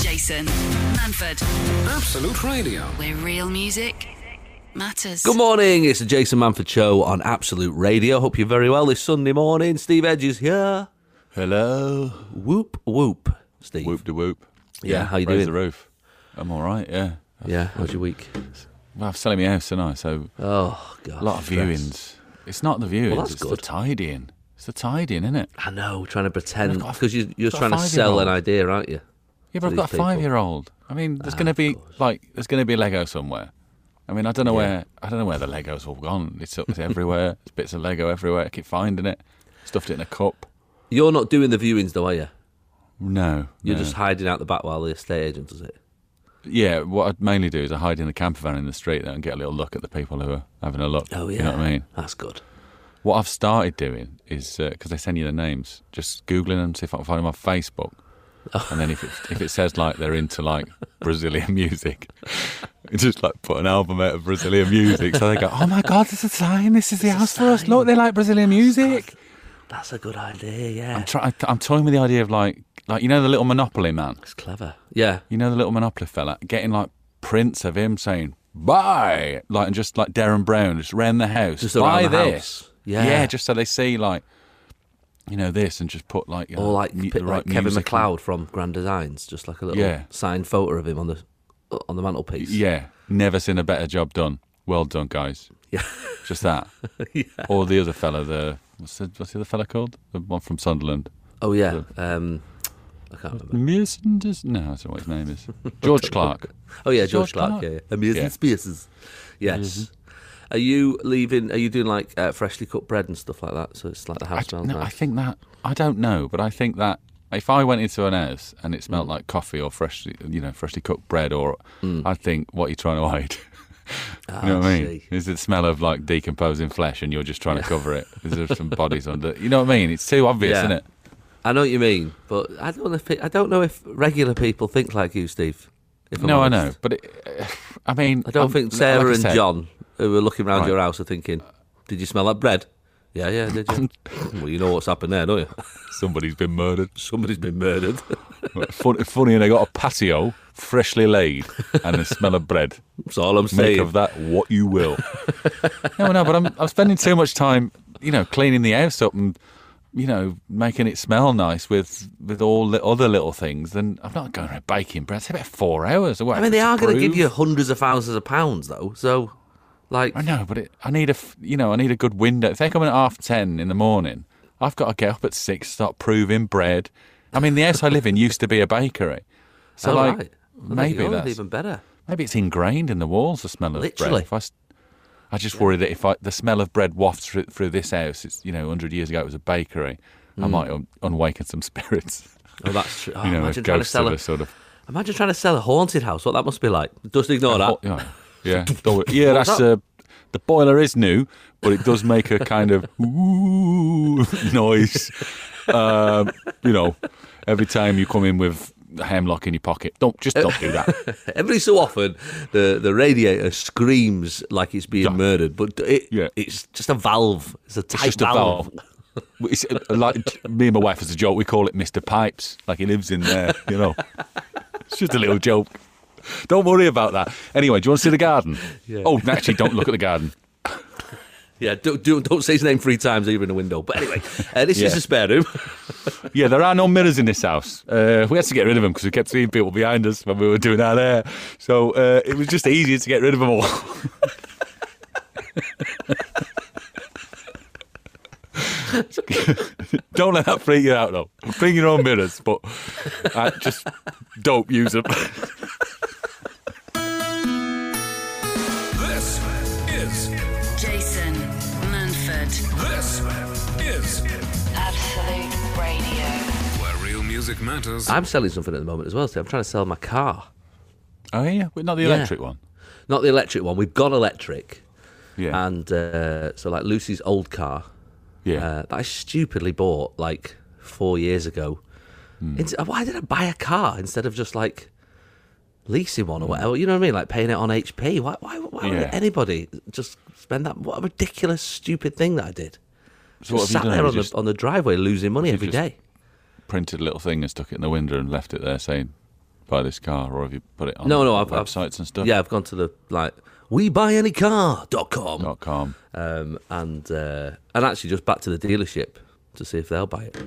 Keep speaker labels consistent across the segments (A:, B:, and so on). A: Jason Manford.
B: Absolute Radio.
A: Where real music matters.
C: Good morning, it's the Jason Manford Show on Absolute Radio. Hope you're very well this Sunday morning. Steve Edge is here.
D: Hello.
C: Whoop, whoop, Steve.
D: Whoop de whoop.
C: Yeah, how you
D: raise
C: doing?
D: the roof. I'm all right. Yeah.
C: Yeah, how's your week?
D: Well, I'm selling my house, aren't I? So
C: Oh, God.
D: a lot of
C: stress.
D: viewings. It's not the viewings.
C: Well, that's
D: it's the
C: good.
D: tidying. It's the tidying, isn't it?
C: I know, trying to pretend.
D: I've got a-
C: Because you, you're
D: got a
C: trying to sell an
D: five-year-old.
C: idea, aren't you?
D: Yeah, but
C: these
D: I've got a
C: people. Ah,
D: five-year-old. I mean, there's going to be like there's going to be Lego somewhere. I mean, I don't know where I don't know where the Lego's all gone. It's, it's everywhere. There's bits of Lego everywhere. I keep finding it. Stuffed it in a cup.
C: You're not doing the viewings, though, are you?
D: No,
C: You're
D: no.
C: just hiding out the back while the estate agent does it.
D: Yeah, what I'd mainly do is I hide in the camper van in the street there and get a little look at the people who are having a look.
C: Oh, yeah.
D: You know what I mean?
C: That's good.
D: What I've started doing is because they send you the names, just googling them, see if I can find them on Facebook, and then if it, if it says like they're into like Brazilian music, just like put an album out of Brazilian music, so they go, "Oh my God, there's a sign! This is the house for us! Look, they like Brazilian music."
C: That's a good idea, yeah.
D: I'm trying. I'm toying with the idea of like like you know the little Monopoly man,
C: It's clever. Yeah.
D: you know the little Monopoly fella, getting like prints of him saying. Buy like and just like Darren Brown just ran the house.
C: Just
D: buy
C: around the
D: this,
C: house. Yeah.
D: Just so they see like you know this and just put like uh,
C: Or like,
D: mu-
C: pi-
D: the
C: like
D: right
C: Kevin
D: music on.
C: McLeod from Grand Designs, just like a little
D: Yeah.
C: signed photo of him on the uh, on the mantelpiece.
D: Yeah, never seen a better job done. Well done, guys.
C: Yeah.
D: Just that. Or the other fella, the what's the what's the other fella called? The one from Sunderland.
C: Oh yeah. Um, I can't remember.
D: Mearson does- No, I don't know what his name is. George Clark.
C: Oh yeah, George,
D: George
C: Clark.
D: Clark.
C: Yeah, yeah. Amazing
D: Yeah. Mm-hmm.
C: Spaces. Yes. Are you leaving? Are you doing like uh, freshly cut bread and stuff like that? So it's like the house
D: I,
C: smells
D: no, I
C: nice.
D: think that I don't know, but I think that if I went into an house and it
C: Mm.
D: smelled like coffee or freshly, you know, freshly cooked bread, or I'd think, what are you trying to hide? you know what I
C: I
D: mean?
C: Ah, see.
D: Is it the smell of like decomposing flesh, and you're just trying to cover it? Is there some bodies under? You know what I mean? It's too obvious,
C: Yeah.
D: isn't it?
C: I know what you mean, but I don't know if it, I don't know if regular people think like you, Steve. If I'm
D: No, I know,
C: honest.
D: but it, I mean,
C: I don't
D: I'm-
C: think
D: Um, like
C: Sarah
D: I
C: and
D: said,
C: John, who were looking around
D: Right.
C: your house, are thinking, "Did you smell that bread?" Yeah, yeah, did you? well, you know what's happened there, don't you?
D: Somebody's been murdered.
C: Somebody's been murdered.
D: Fun, funny, they got a patio freshly laid and the smell of bread.
C: That's all I'm
D: Make
C: saying.
D: of that what you will. no, no, but I'm, I'm spending too much time, you know, cleaning the house up and, you know, making it smell nice with with all the other little things. And I'm not going around baking bread. It's about four hours.
C: I mean, they are going to give you hundreds of thousands of pounds, though. So, like,
D: I know, but it, I need a, f- you know, I need a good window. If they come in at half ten in the morning, I've got to get up at six, start proving bread. I mean, the house I live in used to be a bakery, so
C: oh,
D: like
C: right. I think
D: maybe
C: you're
D: that's
C: even better.
D: Maybe it's ingrained in the walls, the smell of
C: Literally.
D: bread. If I, s- I just worry that if I, the smell of bread wafts through, through this house, it's, you know, 100 years ago it was a bakery, I might un- unwaken some spirits.
C: Oh, that's true. Hmm. Oh,
D: You know,
C: imagine
D: a
C: trying to
D: ghost
C: sell
D: of
C: a,
D: a sort of.
C: imagine trying to sell a haunted house. What that must be like. Just ignore that.
D: Oh, yeah, yeah, Don't worry. yeah
C: Ah. What's
D: that's. Uh, the boiler is new, but it does make a kind of ooh noise. Um, you know, every time you come in with a hemlock in your pocket, don't just don't do that.
C: Every so often, the, the radiator screams like it's being murdered, but it,
D: Yeah.
C: it's just a valve. It's a
D: It's
C: tight
D: just a valve. It's, uh, like me and my wife, as a joke, we call it Mr. Pipes. Like he lives in there, you know. It's just a little joke. Don't worry about that. Anyway, do you want to see the garden? Oh, actually, don't look at the garden.
C: Yeah, don't, do, don't say his name three times either in the window. But anyway, uh, this is
D: Yeah.
C: the spare room.
D: Yeah, there are no mirrors in this house. Uh, we had to get rid of them because we kept seeing people behind us when we were doing our hair. So uh, it was just easier to get rid of them all. don't let that freak you out, though. Bring your own mirrors, but uh, just don't use them.
B: This is
A: Jason Manford.
B: this is
A: Absolute Radio.
B: where real music matters.
C: I'm selling something at the moment as well. So I'm trying to sell my car,
D: Oh, yeah, but not the
C: Yeah.
D: electric one.
C: not the electric one. We've gone electric,
D: Yeah.
C: and uh, so like Lucy's old car,
D: yeah.
C: uh, that I stupidly bought like four years ago.
D: Hmm.
C: It's- uh, why did I buy a car instead of just like leasing one or whatever? You know what I mean? Like paying it on HP. Why? Why? Why
D: Yeah.
C: would anybody just spend that? What a ridiculous, stupid thing that I did.
D: so what have
C: Sat
D: you done?
C: there
D: You
C: on
D: just
C: the on the driveway, losing money
D: you
C: every
D: just-
C: day.
D: printed a little thing and stuck it in the window and left it there saying, buy this car, or have you put it on
C: No, no, I've, I've-
D: websites and stuff?
C: Yeah, I've gone to the like webuyanycar.com
D: dot com.
C: um, and uh, and actually just back to the dealership to see if they'll buy it.
D: Oh,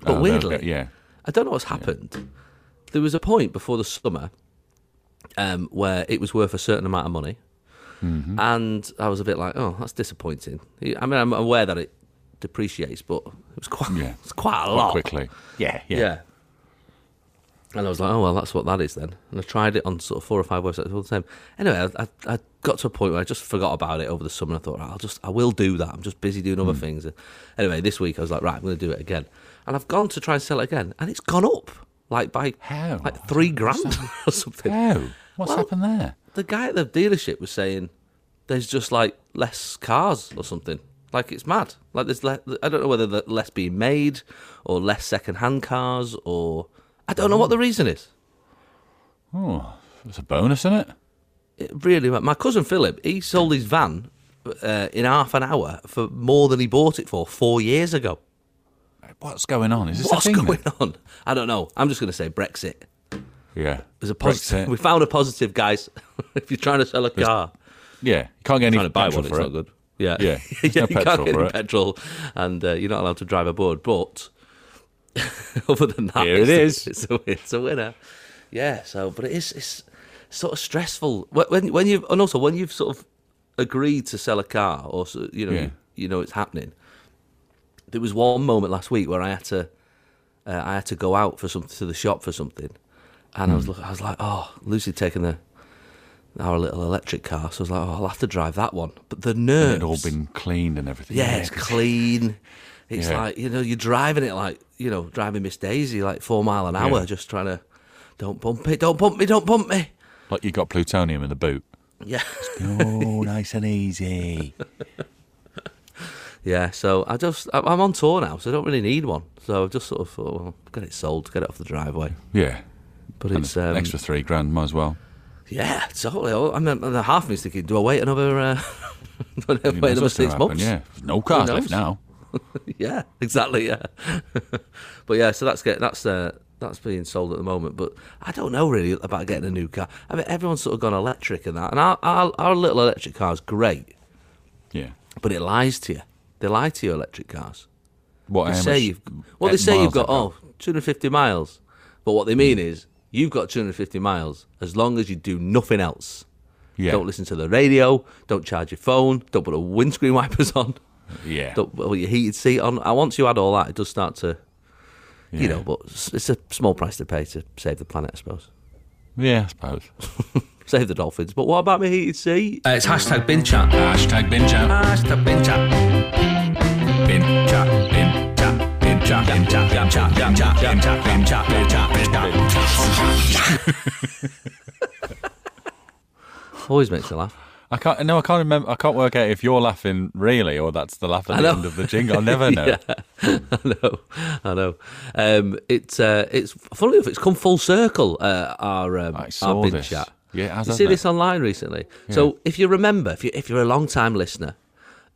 C: But
D: they'll
C: weirdly,
D: get- yeah,
C: I don't know what's happened. There was a point before the summer um, where it was worth a certain amount of money,
D: Mm-hmm.
C: and I was a bit like, "Oh, that's disappointing." I mean, I'm aware that it depreciates, but it was quite,
D: Yeah.
C: it's quite a
D: quite
C: lot.
D: quickly. Yeah, yeah,
C: Oh, Yeah. And I was like, oh, well, that's what that is then. And I tried it on sort of four or five websites all the time. Anyway, I, I, I got to a point where I just forgot about it over the summer. I thought, I'll just, I will do that. I'm just busy doing
D: Hmm.
C: other things. And anyway, this week I was like, right, I'm going to do it again. And I've gone to try and sell it again. And it's gone up like by
D: How?
C: like three grand or something.
D: Oh, what's
C: Well,
D: happened there?
C: The guy at the dealership was saying there's just like less cars or something. Like it's mad. Like there's le- I don't know whether the less being made or less second-hand cars or I don't know what the
D: Mm.
C: reason is.
D: Oh, it's a bonus, isn't it?
C: It really, ma- my cousin Philip, he sold his van uh, in half an hour for more than he bought it for four years ago.
D: What's going on? Is this
C: What's
D: a thing?
C: going on? I don't know. I'm just going to say Brexit.
D: Yeah,
C: There's a positive. We
D: Brexit.
C: found a positive, guys. if you're trying to sell a car,
D: Yeah, you can't get any
C: trying to buy
D: petrol
C: one, it's
D: for
C: not
D: it.
C: good. Yeah,
D: Yeah,
C: yeah.
D: there's no
C: you can't
D: petrol
C: get
D: for
C: any
D: it.
C: petrol, and uh, you're not allowed to drive aboard. But other than that,
D: Here it
C: it's
D: is.
C: A, it's, a, it's a winner. Yeah. So, but it is it's sort of stressful Wh- when when you and also when you've sort of agreed to sell a car, or so- you know,
D: Yeah.
C: you, you know it's happening. There was one moment last week where I had to uh, I had to go out for something to the shop for something, and I
D: Hmm.
C: was look, I was like, oh, Lucy taking the our little electric car, so I was like, oh, I'll have to drive that one. But the nerves,
D: It'd all been cleaned and everything.
C: yeah, it's
D: 'cause-
C: clean. It's
D: Yeah.
C: like you know, you're driving it like you know, driving Miss Daisy like four mile an hour,
D: Yeah.
C: just trying to don't bump it, don't bump me, don't bump me.
D: Like you got plutonium in the boot.
C: Yeah,
D: Oh, nice and easy.
C: yeah. So I just I- I'm on tour now, so I don't really need one. So I've just sort of thought, well, get it sold, get it off the driveway.
D: Yeah,
C: But
D: and
C: it's um,
D: an extra three grand, might as well.
C: Yeah, totally. Oh, I mean, the half of me's thinking, do I wait another, uh, do I
D: I mean,
C: wait
D: that's
C: another
D: what's gonna
C: six
D: happen,
C: months?
D: Yeah, no cars
C: knows?
D: left now.
C: yeah, exactly. Yeah, but yeah, so that's get that's uh, that's being sold at the moment. But I don't know really about getting a new car. I mean, everyone's sort of gone electric and that, and our our, our little electric car's great,
D: Yeah.
C: but it lies to you. They lie to you, electric cars.
D: What
C: They
D: how
C: say
D: much-
C: you've well,
D: eh,
C: they say you've
D: miles Hmm.
C: got
D: I've
C: oh 250 miles, but what they mean is you've got 250 miles as long as you do nothing else.
D: Yeah.
C: Don't listen to the radio. Don't charge your phone. Don't put the windscreen wipers on.
D: Yeah.
C: Don't put your heated seat on. And once you add all that, it does start to,
D: Yeah.
C: you know, but s- it's a small price to pay to save the planet, I suppose.
D: Yeah, I suppose.
C: Uh, Save the dolphins. But what about my heated seat?
B: Uh, it's hashtag bin chat. Hashtag bin chat. Hashtag bin chat. Bin chat. Bin chat. Bin chat. Bin chat. Bin chat. Bin chat. Bin chat. Bin chat. Bin chat. Bin
C: Always makes me laugh.
D: I can't. No, I can't remember. I can't work out if you're laughing really or that's the laugh at the
C: know.
D: end of the jingle. I'll never know.
C: Yeah. I know, I know. Um, it's uh, it's funny enough, it's come full circle. Uh, our um,
D: I
C: our
D: saw
C: bin
D: this.
C: chat.
D: Yeah, it has,
C: you
D: hasn't
C: see
D: it?
C: this online recently. So if you remember, if you if you're a long time listener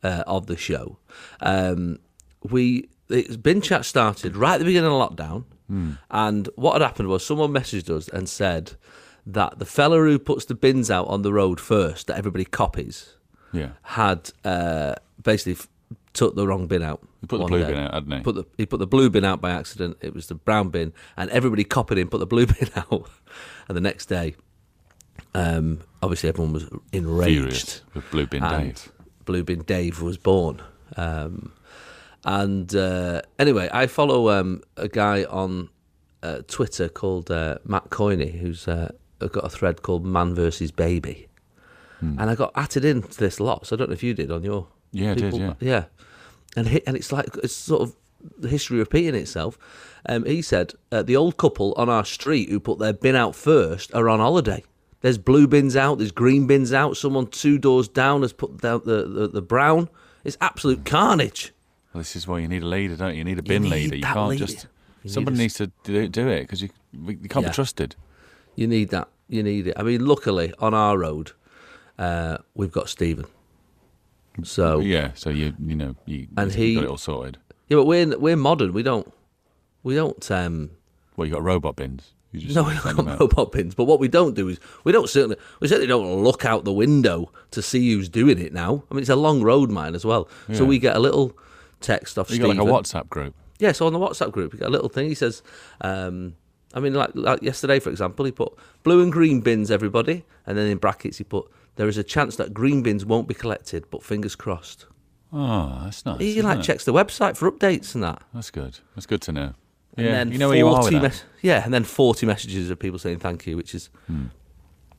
C: uh, of the show, um, we it's bin chat started right at the beginning of lockdown,
D: Hmm.
C: and what had happened was someone messaged us and said that the fella who puts the bins out on the road first that everybody copies
D: Yeah.
C: had uh, basically f- took the wrong bin out. He
D: put the blue bin out, hadn't he?
C: Put the, he put the blue bin out by accident. It was the brown bin, and everybody copied him, put the blue bin out. And the next day, um, obviously, everyone was enraged.
D: Furious with Blue Bin
C: And
D: Dave.
C: Blue Bin Dave was born. Um, and uh, anyway, I follow um, a guy on uh, Twitter called uh, Matt Coyne, who's uh, got a thread called Man versus Baby. And I got added into this lot, so I don't know if you did on your.
D: Yeah, I did, yeah.
C: Yeah. And, hi and it's like, it's sort of the history repeating itself. Um, he said, uh, the old couple on our street who put their bin out first are on holiday. There's blue bins out, there's green bins out. Someone two doors down has put down the, the, the brown. It's absolute carnage.
D: Well, this is why you need a leader, don't you? You need a bin
C: need
D: leader. You
C: that
D: can't
C: leader.
D: just.
C: You
D: somebody
C: need
D: needs to do, do it because you, we- you can't
C: Yeah.
D: be trusted.
C: You need that. You need it. I mean, luckily on our road, uh, we've got Stephen. So yeah.
D: Yeah. So you you know you
C: And
D: you
C: he-
D: got it all sorted.
C: but we're we're modern. We don't we don't um
D: Well, you got robot bins. You just
C: No, we
D: send
C: don't
D: them
C: got
D: out.
C: mobile pins. But what we don't do is we don't certainly we certainly don't look out the window to see who's doing it now. I mean, it's a long road, mine as well. So
D: Yeah.
C: we get a little text off.
D: You got like a
C: Stephen.
D: WhatsApp group.
C: Yeah, so on the WhatsApp group, you got a little thing. He says, um, I mean, like, like yesterday, for example, he put blue and green bins, everybody. And then in brackets, he put, there is a chance that green bins won't be collected, but fingers crossed.
D: Oh, that's nice.
C: He
D: isn't
C: like
D: it?
C: checks the website for updates and that.
D: That's good. That's good to know.
C: And
D: yeah,
C: then
D: you know where you are. With that.
C: mes- yeah, and then 40 messages of people saying thank you, which is you know,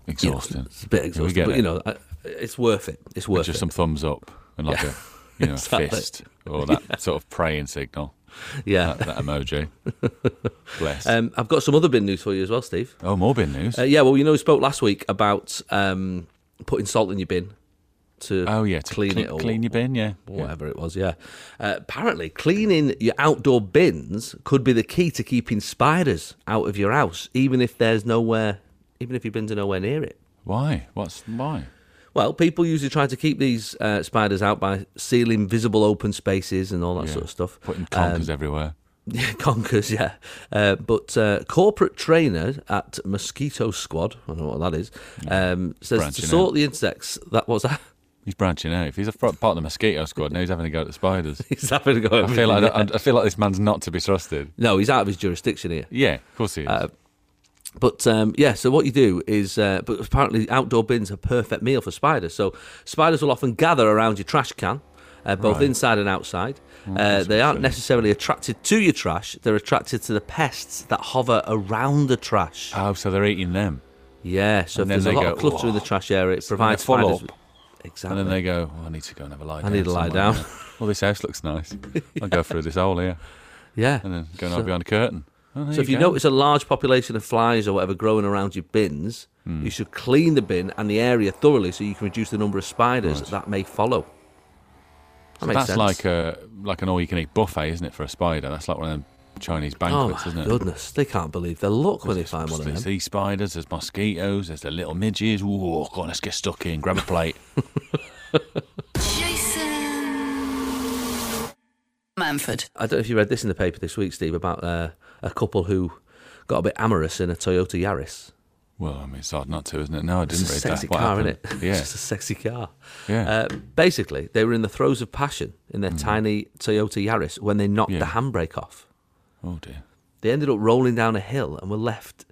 D: Exhausting.
C: it's a bit
D: Yeah, we
C: exhausting,
D: get
C: but
D: it.
C: you know, I, it's worth it. It's worth
D: just
C: it.
D: some thumbs up and like
C: Yeah.
D: a you know a
C: Exactly.
D: fist or that sort of praying signal.
C: yeah.
D: That, that emoji. Bless.
C: Um, I've got some other bin news for you as well, Steve.
D: oh, more bin news.
C: Uh, yeah, well, you know, we spoke last week about um, putting salt in your bin to
D: oh yeah, to
C: clean
D: clean,
C: it or
D: clean your bin. Yeah.
C: or whatever it was. Yeah, uh, apparently cleaning your outdoor bins could be the key to keeping spiders out of your house, even if there's nowhere, even if your bins are nowhere near it.
D: Why? What's why?
C: Well, people usually try to keep these uh, spiders out by sealing visible open spaces and all that
D: Yeah.
C: sort of stuff.
D: Putting
C: Um,
D: conkers everywhere.
C: yeah, conkers, yeah. Uh, but uh, corporate trainer at Mosquito Squad, I don't know what that is, um, says
D: branching
C: to sort the insects. That was that.
D: He's branching out. If he's a fr- part of the mosquito squad, now he's having a go at the spiders.
C: He's having to go.
D: I feel like I, I feel like this man's not to be trusted.
C: no, he's out of his jurisdiction here.
D: Yeah, of course he is.
C: Uh, But um, yeah, so what you do is, uh, but apparently outdoor bins are perfect meal for spiders. So spiders will often gather around your trash can, uh, both
D: Right. Oh,
C: inside and outside. uh, they aren't necessarily attracted to your trash; they're attracted to the pests that hover around the trash.
D: oh, so they're eating them,
C: yeah, so if
D: and then
C: there's a
D: they
C: lot
D: go,
C: of clutter in the
D: "Whoa."
C: trash area, it provides
D: full
C: spiders.
D: up.
C: with- Exactly.
D: and then they go, oh, "I need to go and have a lie." I down
C: uh, need to lie
D: somewhere
C: down.
D: now. well, this house looks nice. I'll go through this hole here,
C: yeah.
D: and then go and hide behind a curtain. Oh, there
C: so if you
D: go.
C: notice a large population of flies or whatever growing around your bins,
D: Hmm.
C: you should clean the bin and the area thoroughly so you can reduce the number of spiders that may follow. That
D: So
C: makes
D: that's
C: sense.
D: like a like an all-you-can-eat buffet, isn't it, for a spider? That's like one of them Chinese
C: Oh
D: uh, banquets,
C: my
D: isn't it?
C: goodness, they can't believe their luck when they find one
D: There's
C: of them.
D: these spiders, there's mosquitoes, there's the little midges. Whoa, go on, let's get stuck in, grab a plate.
A: Jason Manford.
C: I don't know if you read this in the paper this week, Steve, about uh, a couple who got a bit amorous in a Toyota Yaris.
D: well, I mean, it's hard not to, isn't it? No, I
C: It's
D: didn't
C: a
D: read
C: sexy
D: that. What
C: car, isn't
D: happened?
C: it?
D: Yeah.
C: it's just a sexy car.
D: Yeah.
C: Uh, basically, they were in the throes of passion in their tiny Toyota Yaris when they knocked the
D: Yeah.
C: handbrake off.
D: oh dear.
C: They ended up rolling down a hill and were left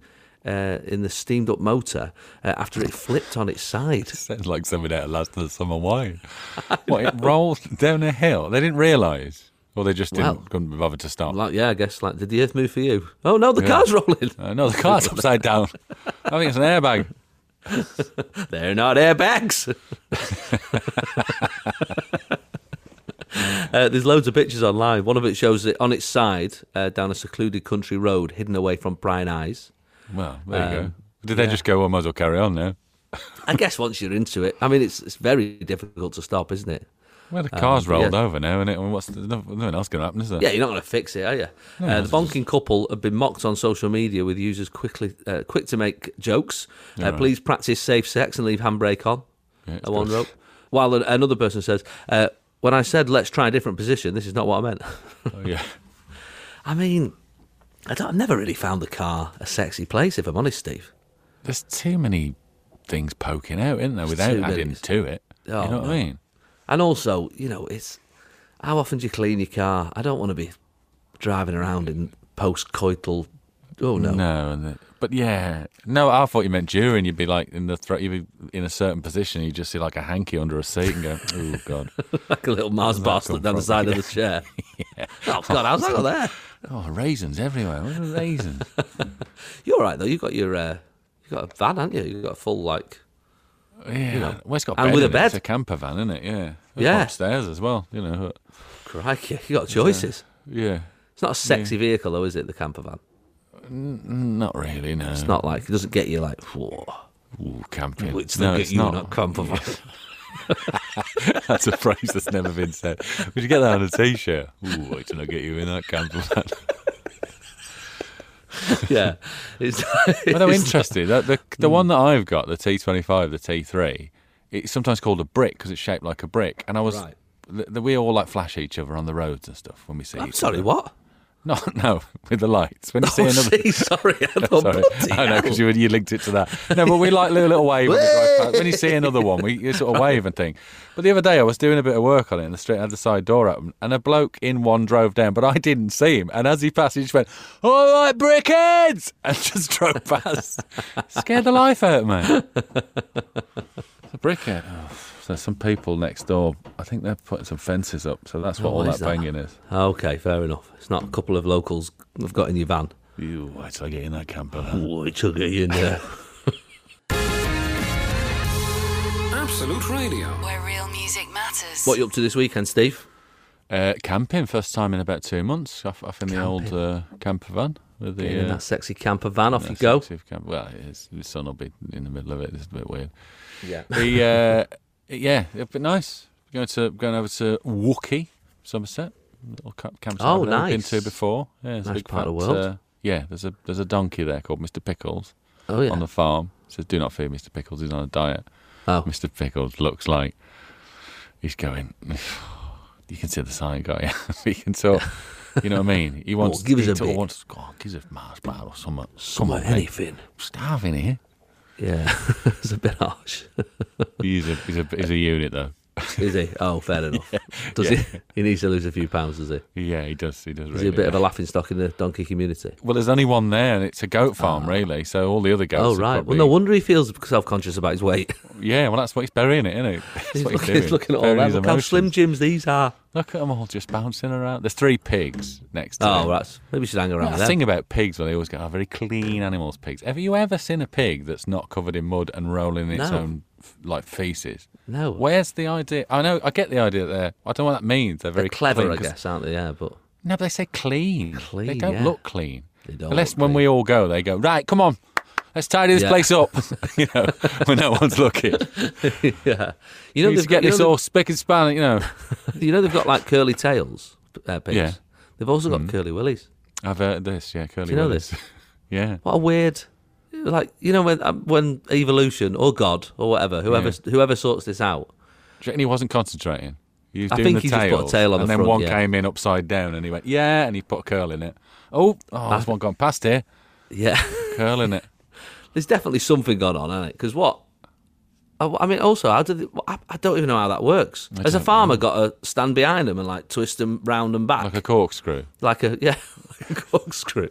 C: uh, in the steamed up motor uh, after it flipped on its side.
D: Sounds like something out of Last of the Summer Wine. What, it rolled down a hill? They didn't realise. Or they just didn't
C: Well-
D: couldn't be bothered to stop.
C: Like, yeah, I guess. Like, did the earth move for you? Oh no, the car's rolling.
D: Uh, no, the car's upside down. I think it's an airbag.
C: They're not airbags. uh, there's loads of pictures online. One of it shows it on its side uh, down a secluded country road, hidden away from prying eyes.
D: Well, there you go.
C: Um,
D: Did they just go, well, might as well carry on now?
C: I guess once you're into it, I mean, it's it's very difficult to stop, isn't it?
D: Well, the car's rolled
C: Um, yeah.
D: over now, and it? I mean, what's there's no- nothing else going to happen, is there?
C: Yeah, you're not going to fix it, are you? uh, the bonking couple have been mocked on social media with users quickly uh, quick to make jokes. Uh,
D: right.
C: Please practice safe sex and leave handbrake on.
D: Yeah, it's
C: a one
D: good.
C: rope. While an- another person says, uh, "When I said let's try a different position, this is not what I meant."
D: Oh, yeah.
C: I mean, I don't, I've never really found the car a sexy place, if I'm honest, Steve.
D: There's too many things poking out, isn't there, without
C: too
D: adding
C: many.
D: to it.
C: Oh,
D: you know what
C: no.
D: I mean?
C: And also, you know, it's how often do you clean your car? I don't want to be driving around in post-coital. Oh no.
D: No, and the, but yeah, no. I thought you meant during. You'd be like in the thro you'd be in a certain position. You would just see like a hanky under a seat and go, "Oh God,
C: like a little Mars
D: that
C: bar
D: come
C: slipped down the
D: from?
C: side of the chair. Oh God, how's that got there?
D: oh raisins everywhere, what are raisins."
C: You're all right though. You've got your uh, you've got a van, haven't you? You've got a full like.
D: yeah, well, it's got
C: and
D: bed
C: with a
D: in it. It's
C: bed.
D: a camper van, isn't it? Yeah, It's
C: Yeah.
D: upstairs as well. You know, but-
C: Crikey, you got choices.
D: yeah,
C: It's not a sexy vehicle though, is it? The camper van.
D: not really. No,
C: It's not like it doesn't get you like. Whoa.
D: Ooh, camping.
C: It's
D: no,
C: not get
D: it's
C: you
D: not.
C: not camper van.
D: That's a phrase that's never been said. Would you get that on a t-shirt? Ooh, wait till I get you in that camper van.
C: yeah. It's,
D: Although
C: it's-
D: interesting, that the the one that I've got, the T25, the T3, it's sometimes called a brick because it's shaped like a brick. And I was,
C: Right.
D: th- th- we all like flash each other on the roads and stuff when we see.
C: I'm
D: each
C: sorry.
D: other.
C: What? Oh,
D: No, no, with the lights. When you see another.
C: See, sorry, I thought,
D: Sorry,
C: bloody
D: I know
C: hell.
D: because you you linked it to that. No, but we like do a little wave when, we drive past. when you see another one. We you sort of wave and thing. But the other day I was doing a bit of work on it, and the street had the side door open, and a bloke in one drove down, but I didn't see him. And as he passed, he just went, "All right, brickheads," and just drove past. Scared the life out of me. It's a brickhead. Oh, there's some people next door. I think they're putting some fences up, so that's what
C: Oh,
D: all
C: what
D: that,
C: is that?
D: banging is.
C: Ah, Okay, fair enough. It's not a couple of locals have got in your van.
D: You wait till I get in that camper. van.
C: Wait till I get you in there.
B: Absolute Radio.
A: Where real music matters.
C: what you up to this weekend, Steve?
D: Uh, camping, first time in about two months, off, off in the old uh, camper van with the.
C: Getting in
D: uh,
C: that sexy camper van, off you
D: that's
C: go.
D: actually camp- well, it is, the sun will be in the middle of it. It's a bit weird.
C: Yeah.
D: The uh, yeah, it'll be nice. Going to going over to Wookie, Somerset, little camp- campsite
C: Oh,
D: I've never been
C: nice.
D: to before. Yeah, it's a
C: Nice
D: big
C: part of the
D: fat,
C: world.
D: Uh, yeah, there's a there's a donkey there called Mister Pickles
C: Oh yeah.
D: on the farm. It says, "Do not feed Mister Pickles. He's on a diet."
C: oh.
D: Mr. Pickles looks like he's going. You can see the sign guy. he can talk. You know what I mean? He wants.
C: Oh, give us
D: he
C: a
D: talk-
C: bit.
D: Wants, go on, give us a Mars bar or something.
C: Come on,
D: Something. mate.
C: anything.
D: I'm starving here.
C: Yeah, it's a bit harsh,
D: He's a he's a he's a unit though.
C: is he? Oh, fair enough. Does he? He needs to lose a few pounds, does he?
D: Yeah, he does. He does.
C: Is
D: Really
C: he a bit of a
D: yeah.
C: laughing stock in the donkey community?
D: Well, there's only one there, and it's a goat farm, really. So all the other goats.
C: Ah. Oh
D: are
C: right. Well,
D: Probably,
C: no wonder he feels self-conscious about his weight.
D: Yeah, well, that's what he's burying it, isn't it? That's
C: he's,
D: what
C: looking,
D: doing.
C: he's looking at all
D: Burying
C: that.
D: his
C: Look how
D: emotions.
C: slim jims these are.
D: Look at them all just bouncing around. There's three pigs next to him.
C: Oh right. Maybe we should hang around
D: That's
C: with
D: the
C: them.
D: thing about pigs, where they always go, "Oh, very clean animals." Pigs. Have you ever seen a pig that's not covered in mud and rolling in its
C: No.
D: own f- like feces?
C: No.
D: Where's the idea? I know. I get the idea there. I don't know what that means. They're
C: They're
D: very
C: clever,
D: clean
C: I
D: 'cause-
C: guess, aren't they? Yeah, but
D: No, but they say clean. They
C: Clean,
D: don't
C: yeah.
D: look clean.
C: They don't
D: Unless
C: look
D: when we all go, they go right. Come on, let's tidy this
C: Yeah.
D: place up. you know, when no one's looking.
C: yeah. You know
D: You
C: they've
D: just get
C: got, you
D: this
C: know
D: all spick and span. You know.
C: they've- You know they've got like curly tails. Uh, pigs.
D: Yeah. Hmm.
C: They've also got curly willies.
D: I've heard this. Yeah, curly.
C: Do you know
D: willies.
C: this?
D: Yeah.
C: What a weird, like you know when um, when evolution or God or whatever whoever whoever sorts this out.
D: Do you reckon he wasn't concentrating? He was
C: I
D: doing
C: think
D: the
C: he just put a
D: tails,
C: tail on
D: and
C: the
D: then
C: front,
D: one
C: yeah.
D: came in upside down, and he went, "Yeah," and he put a curl in it. Oh, oh, there's one gone past here,
C: Yeah,
D: curl in it.
C: there's definitely something going on, isn't it? Because what? I, I mean, also, how do they, I, I don't even know how that works. As a
D: don't
C: farmer, got to stand behind them and like twist them round and back
D: like a corkscrew.
C: like a yeah, like a corkscrew.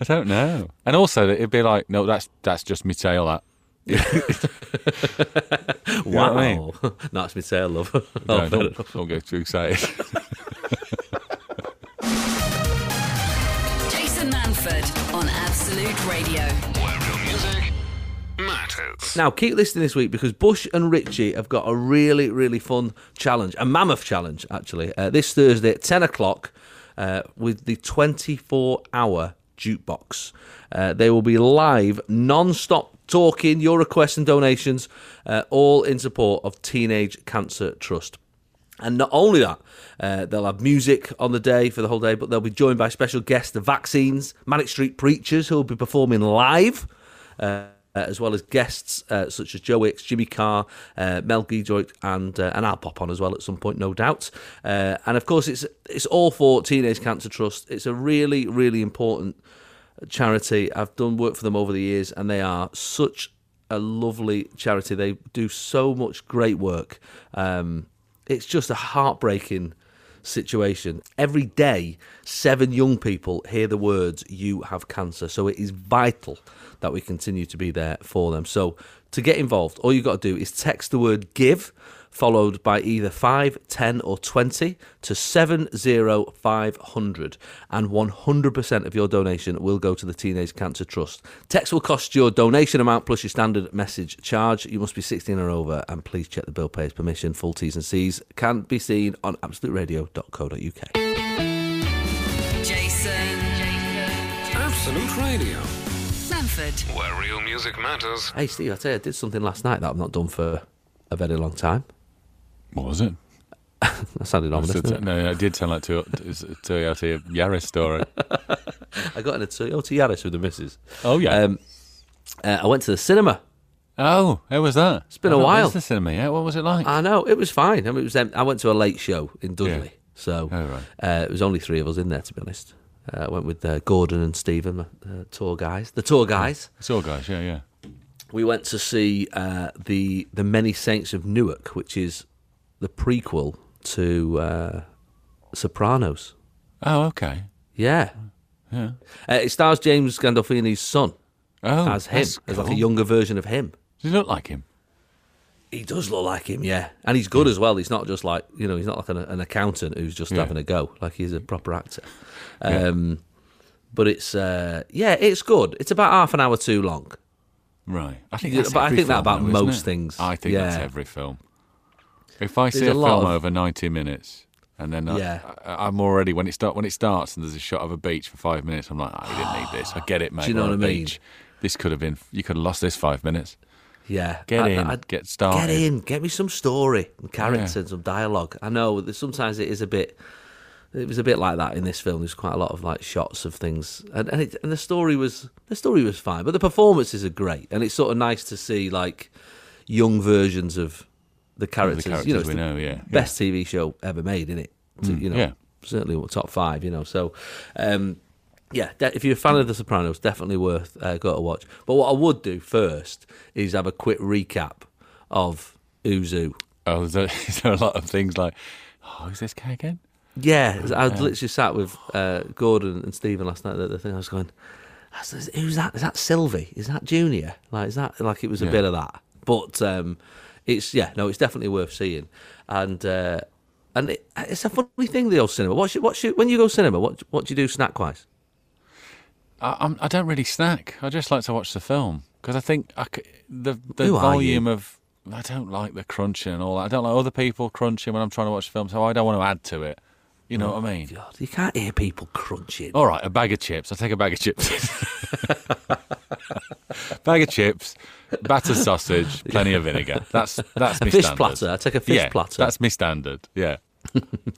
D: I don't know. And also, it'd be like, no, that's that's just me tail. That know
C: wow,
D: what I
C: no, it's my tail, love. oh,
D: no,
C: fair enough.
D: don't, don't get too excited.
A: Jason Manford on Absolute Radio.
B: Where real music matters.
C: Now, keep listening this week because Bush and Richie have got a really, really fun challenge, a mammoth challenge, actually, uh, this Thursday at 10 o'clock uh, with the 24 hour jukebox. Uh, they will be live, non stop talking, your requests and donations, uh, all in support of Teenage Cancer Trust. And not only that, uh, they'll have music on the day for the whole day, but they'll be joined by special guests, the Vaccines, Manic Street Preachers, who will be performing live, uh, as well as guests uh, such as Joe Wicks, Jimmy Carr, uh, Mel Giedroyc, and uh, and I'll pop on as well at some point, no doubt. Uh, and of course, it's it's all for Teenage Cancer Trust. It's a really really important charity. I've done work for them over the years, and they are such a lovely charity. They do so much great work. Um, it's just a heartbreaking situation. Every day, seven young people hear the words, You have cancer. So it is vital that we continue to be there for them. So to get involved, all you've got to do is text the word give. Followed by either 5, 10, or 20 to 70500, and 100% of your donation will go to the Teenage Cancer Trust. Text will cost your donation amount plus your standard message charge. You must be 16 or over, and please check the bill payer's permission. Full T's and C's can be seen on absoluteradio.co.uk.
A: Jason.
B: Absolute Radio.
A: Manford.
B: Where real music matters.
C: Hey, Steve, I tell you, I did something last night that I've not done for a very long time.
D: what was it?
C: That sounded ominous.
D: So,
C: didn't it?
D: no, I did tell that to it's a Toyota Yaris story.
C: I got in a Toyota Yaris with the missus.
D: Oh yeah.
C: Um, uh, I went to the cinema.
D: oh, how was that? It's
C: been a while. Uh,
D: The cinema. Yeah. What was it like?
C: I know it was fine. I mean, it was. Um, I went to a late show in Dudley,
D: Yeah.
C: so
D: Oh, right.
C: uh, it was only three of us in there, to be honest. Uh, I went with uh, Gordon and Stephen, the uh, tour guys. The tour guys.
D: It's all guys, yeah, yeah.
C: We went to see uh, the the Many Saints of Newark, which is the prequel to uh, Sopranos.
D: Oh, okay.
C: Yeah,
D: Yeah.
C: uh, it stars James Gandolfini's son
D: Oh,
C: as him,
D: that's
C: as like a
D: cool.
C: younger version of him.
D: Does he look like him?
C: He does look like him, yeah, and he's good as well. He's not just like you know, he's not like an, an accountant who's just
D: Yeah.
C: having a go. Like he's a proper actor. Um, But it's uh, yeah, it's good. It's about half an hour too long.
D: Right. I think
C: Yeah,
D: that's
C: but I
D: every
C: think that
D: film,
C: about
D: though, isn't
C: most
D: it?
C: things.
D: I think that's
C: Yeah.
D: every film. If I see
C: There's a
D: a,
C: lot
D: film
C: of-
D: over 90 minutes and then I,
C: Yeah.
D: I, I'm already when it start when it starts and there's a shot of a beach for 5 minutes, I'm like, oh, we didn't need this. I get it, mate.
C: you know
D: we're on
C: what I
D: a
C: mean?
D: Beach. This could have been you could have lost this 5 minutes.
C: Yeah,
D: Get
C: I-
D: in,
C: I-
D: get started.
C: Get in. Get me some story and character and some dialogue. I know that sometimes it is a bit. It was a bit like that in this film. There's quite a lot of like shots of things, and and, it, and the story was the story was fine, but the performances are great, and it's sort of nice to see like young versions of the characters. you know,
D: characters
C: it's
D: we
C: the
D: know, yeah, yeah.
C: best TV show ever made, isn't it? you know,
D: yeah.
C: certainly top five. You know, so. Um, yeah, de- if you're a fan of The Sopranos, definitely worth uh, go to watch. But what I would do first is have a quick recap of Who's Who.
D: Oh, is there, is there a lot of things like, oh, is this guy again?
C: Yeah, I literally sat with uh, Gordon and Stephen last night. at The thing I was going, "That's- that's- who's that? Is that Sylvie? Is that Junior? Like, is that like it was a
D: Yeah.
C: bit of that? But um, it's yeah, no, it's definitely worth seeing. And uh, and it, it's a funny thing, the old cinema. What's your, what's your, when you go cinema? What what do you do snack wise?
D: I, I'm, I don't really snack. I just like to watch the film because I think I c the the
C: Who are
D: volume of I don't like the crunching and all that. I don't like other people crunching when I'm trying to watch a film, so I don't want to add to it. You know what I mean?
C: God, you can't hear people crunching.
D: All right, a bag of chips. I'll take a bag of chips. bag of chips, batter sausage, plenty of vinegar. That's that's my
C: fish
D: standard.
C: platter. I take a fish
D: yeah,
C: platter.
D: That's my standard. Yeah.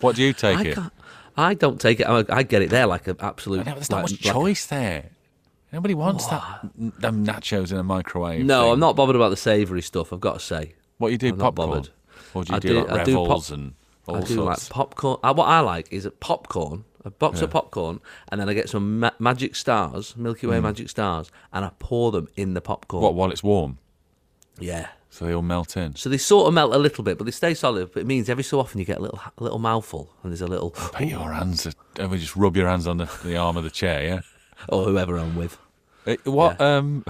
D: what do you take
C: I
D: it?
C: can't. I don't take it. I, I get it there like an absolute.
D: No, there's not
C: like-
D: much
C: like-
D: choice there. Nobody wants that. Them nachos in a microwave.
C: no,
D: thing.
C: I'm not bothered about the savoury stuff. I've got to say.
D: What you do,
C: I'm not
D: popcorn?
C: bothered.
D: Or do you
C: I
D: do,
C: do-
D: like
C: I do pop-
D: revels and all
C: I do
D: sorts?
C: like popcorn. I, what I like is a popcorn, a box of popcorn, and then I get some ma- magic stars, Milky Way magic stars, and I pour them in the popcorn.
D: what while it's warm,
C: Yeah.
D: so they all melt in.
C: So they sort of melt a little bit, but they stay solid. But it means every so often you get a little a little mouthful, and there's a little
D: Put your hands. Are, and we just rub your hands on the, the arm of the chair. Yeah.
C: or whoever I'm with.
D: Eh, What? Um,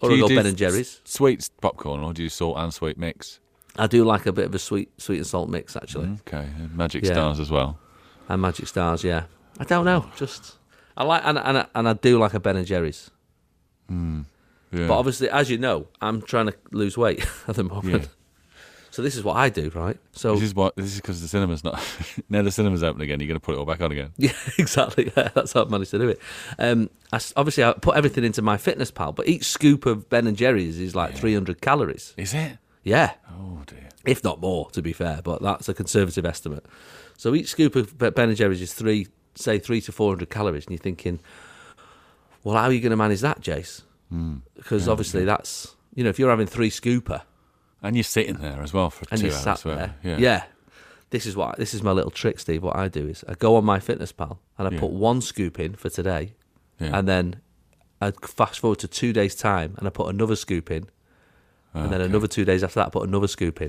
C: Or
D: do
C: I
D: you
C: go
D: do
C: Ben and Jerry's.
D: s- Sweet popcorn, or do you salt and sweet mix?
C: I do like a bit of a sweet sweet and salt mix actually,
D: Okay, and magic
C: Yeah.
D: stars as well.
C: and magic stars. Yeah. I don't know. Just I like and and I- and I do like a Ben and Jerry's.
D: Yeah.
C: But obviously, as you know, I'm trying to lose weight at the moment.
D: Yeah.
C: So this is what I do, right? So
D: this is what this is because the cinema's not. now the cinema's open again. You're going to put it all back on again.
C: Yeah, exactly. Yeah, that's how I managed to do it. Um, I s obviously, I put everything into my fitness pal, but each scoop of Ben and Jerry's is like 300 calories.
D: Is it?
C: Yeah,
D: Oh dear.
C: if not more, to be fair, but that's a conservative estimate. So each scoop of Be- Ben and Jerry's is three, say, three to 400 calories. And you're thinking, well, how are you going to manage that, Jace?
D: Hmm.
C: Because obviously, that's, you know, if you're having three scooper,
D: And you're sitting there as well for
C: and
D: two
C: you
D: hours.
C: sat there.
D: whatever.
C: Yeah. This is what this is my little trick, Steve. What I do is I go on my fitness pal and I
D: Yeah.
C: put one scoop in for today,
D: Yeah.
C: and then I fast forward to two days time and I put another scoop in, and then another two days after that I put another scoop in.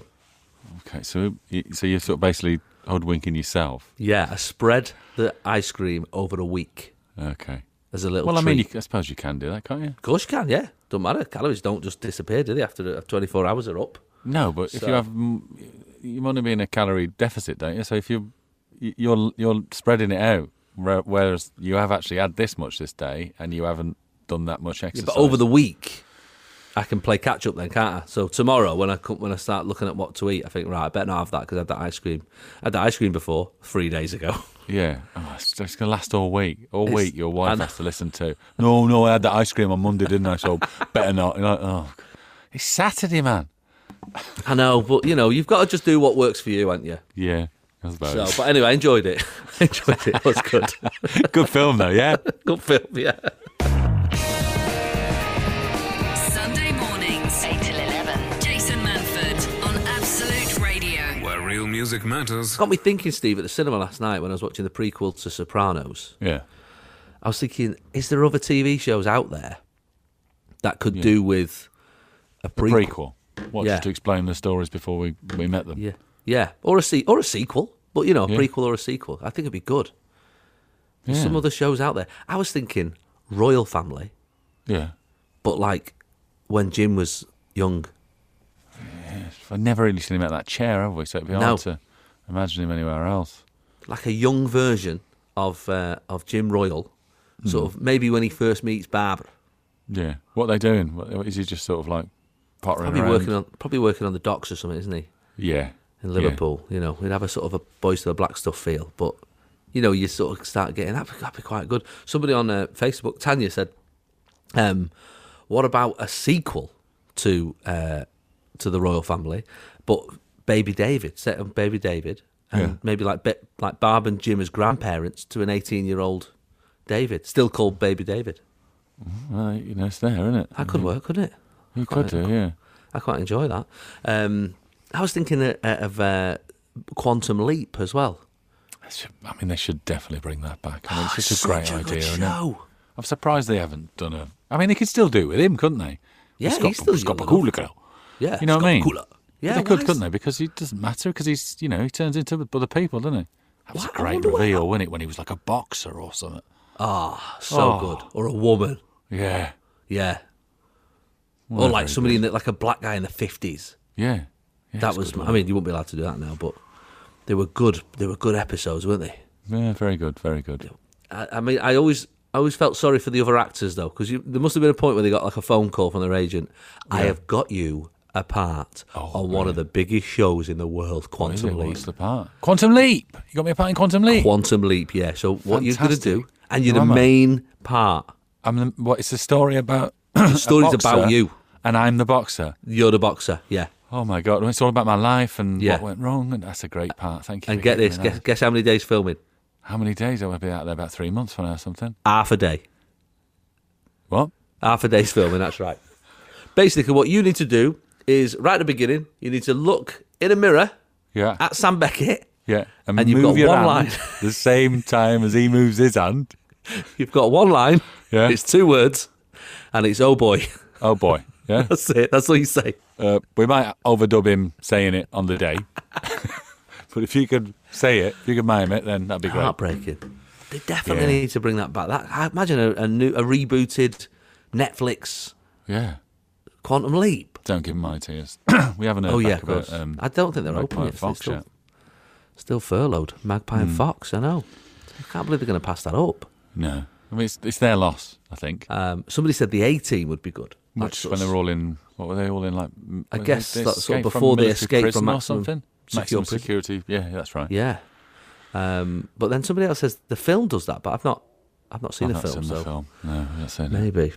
D: Okay, so you- so you're sort of basically hoodwinking yourself.
C: Yeah, I spread the ice cream over a week
D: Okay.
C: as a little.
D: Well, I mean,
C: treat.
D: you, I suppose you can do that, can't you?
C: of course you can. Yeah, don't matter. Calories don't just disappear, do they? After 24 hours are up.
D: No, but if
C: So-
D: you have, mm, you want to be in a calorie deficit, don't you? So if you you're you're spreading it out, where- whereas you have actually had this much this day and you haven't done that much
C: Yeah,
D: exercise.
C: but over the week, I can play catch up then, can't I? So tomorrow, when I come, when I start looking at what to eat, I think right, I better not have that because I had that ice cream. I had that ice cream before three days ago.
D: yeah, oh, it's, it's going to last all week. All
C: It's-
D: week, your wife
C: and-
D: has to listen to. No, no, I had that ice cream on Monday, didn't I? So better not. You're like, oh, it's Saturday, man.
C: I know, but you know, you've got to just do what works for you, haven't you?
D: Yeah, I suppose.
C: So, but anyway, I enjoyed it. I enjoyed it. It was good.
D: Good film though, yeah.
C: good film, yeah.
A: Sunday mornings, 8 till 11. Jason Manford on Absolute Radio.
B: Where real music matters.
C: Got me thinking, Steve, at the cinema last night when I was watching the prequel to Sopranos.
D: Yeah.
C: I was thinking, is there other TV shows out there that could do with a prequel?
D: Prequel. What,
C: Yeah.
D: just to explain the stories before we, we met them?
C: Yeah, yeah, or a se- or a sequel, but you know, a
D: Yeah.
C: prequel or a sequel. I think it'd be good. There's
D: Yeah.
C: some other shows out there. I was thinking Royal Family,
D: Yeah.
C: but like when Jim was young.
D: I've never really seen him at that chair, have we? So it'd be
C: No.
D: hard to imagine him anywhere else.
C: like a young version of uh, of Jim Royal, sort
D: Hmm.
C: of maybe when he first meets Barbara.
D: Yeah. What are they doing? What- Is he just sort of like pottering
C: Probably
D: around?
C: working on probably working on the docks or something, isn't he?
D: yeah.
C: In
D: Yeah.
C: Liverpool, you know, he'd have a sort of a boys to the black stuff feel, but you know, you sort of start getting that. That'd be quite good. Somebody on uh, Facebook, Tanya said, um, "What about a sequel to uh, to the Royal Family, but Baby David, set on Baby David, and
D: Yeah.
C: maybe like Be- like Barb and Jim as grandparents to an eighteen-year-old David, still called Baby David."
D: Well, you know, it's there, isn't it?
C: That could work, couldn't it?
D: You could do, yeah.
C: I quite enjoy that. Um, I was thinking of, of uh, Quantum Leap as well.
D: I should- I mean, they should definitely bring that back. I mean, it's just
C: Oh, such
D: a great
C: a good
D: idea, isn't it?
C: show.
D: I'm surprised they haven't done a. I mean, they could still do with him, couldn't they?
C: Yeah,
D: Scott,
C: he's still
D: Scott
C: young
D: Bakula girl.
C: Yeah,
D: You know what I mean?
C: Cooler.
D: But
C: Yeah,
D: they could,
C: why is-
D: couldn't they? Because it doesn't matter because he's, you know, he turns into other people, doesn't he? That was
C: Why- I
D: a great
C: wonder why
D: reveal, wasn't it? When he was like a boxer or something.
C: So
D: Oh.
C: good, or a woman.
D: Yeah.
C: Yeah, or
D: Well,
C: like
D: very
C: somebody
D: good.
C: in the, like a black guy in the fifties.
D: Yeah. Yeah,
C: that
D: it's
C: was.
D: good,
C: I mean, you wouldn't be allowed to do that now, but they were good. They were good episodes, weren't they?
D: Yeah, very good, very good.
C: I, I mean, I always. I always felt sorry for the other actors though, because there must have been a point where they got like a phone call from their agent. I have got you a part on one of the biggest shows in the world,
D: Is
C: Quantum
D: it?
C: Leap.
D: Oh, What's the part? Quantum Leap! You got me a part in Quantum Leap!
C: Quantum Leap, yeah. So what you're going to do,
D: Fantastic.
C: and you're the
D: Who am I?
C: main part.
D: I'm the, what, it's a story about. a
C: story's
D: boxer,
C: about you.
D: And I'm the boxer.
C: You're the boxer, yeah.
D: Oh my God. It's all about my life and
C: Yeah.
D: what went wrong. And that's a great part. Thank you.
C: And
D: for
C: get
D: giving
C: this,
D: me
C: guess,
D: that.
C: guess how many days filming?
D: How many days? I'm going to be out there about three months for now or something.
C: Half a day.
D: What?
C: Half a day's filming, that's right. Basically, what you need to do is right at the beginning, you need to look in a mirror
D: Yeah.
C: at Sam Beckett.
D: yeah.
C: and you've
D: move
C: got
D: your
C: one
D: hand
C: line.
D: the same time as he moves his hand.
C: You've got one line,
D: Yeah.
C: it's two words, and it's oh boy.
D: Oh boy. Yeah.
C: That's it, that's all you say.
D: Uh, we might overdub him saying it on the day. but if you could say it, if you could mime it, then that'd be great.
C: Heartbreaking. They definitely
D: Yeah.
C: need to bring that back. That I imagine a, a new, a rebooted Netflix
D: Yeah.
C: Quantum Leap.
D: Don't give him my tears. we haven't heard
C: Oh
D: back
C: yeah, of
D: about
C: course.
D: um,
C: I don't think they're open
D: Magpie
C: yet.
D: and Fox
C: still,
D: yet.
C: still furloughed. Magpie
D: Hmm.
C: and Fox. I know. I can't believe they're going to pass that up.
D: No. I mean, it's, it's their loss, I think.
C: Um, somebody said the A team would be good. Like
D: Which
C: sort
D: when
C: of
D: they were all in, what were they all in like? m-
C: I
D: were
C: guess
D: they- they
C: that's sort of
D: escaped from
C: before they
D: military
C: escaped from
D: prison or
C: maximum
D: something.
C: secure
D: maximum
C: prison.
D: security. Yeah, that's right.
C: Yeah. Um, but then somebody else says the film does that, but I've not, I've not seen
D: I've
C: the
D: not
C: film.
D: seen
C: so
D: Oh, the film. No, that's it.
C: maybe,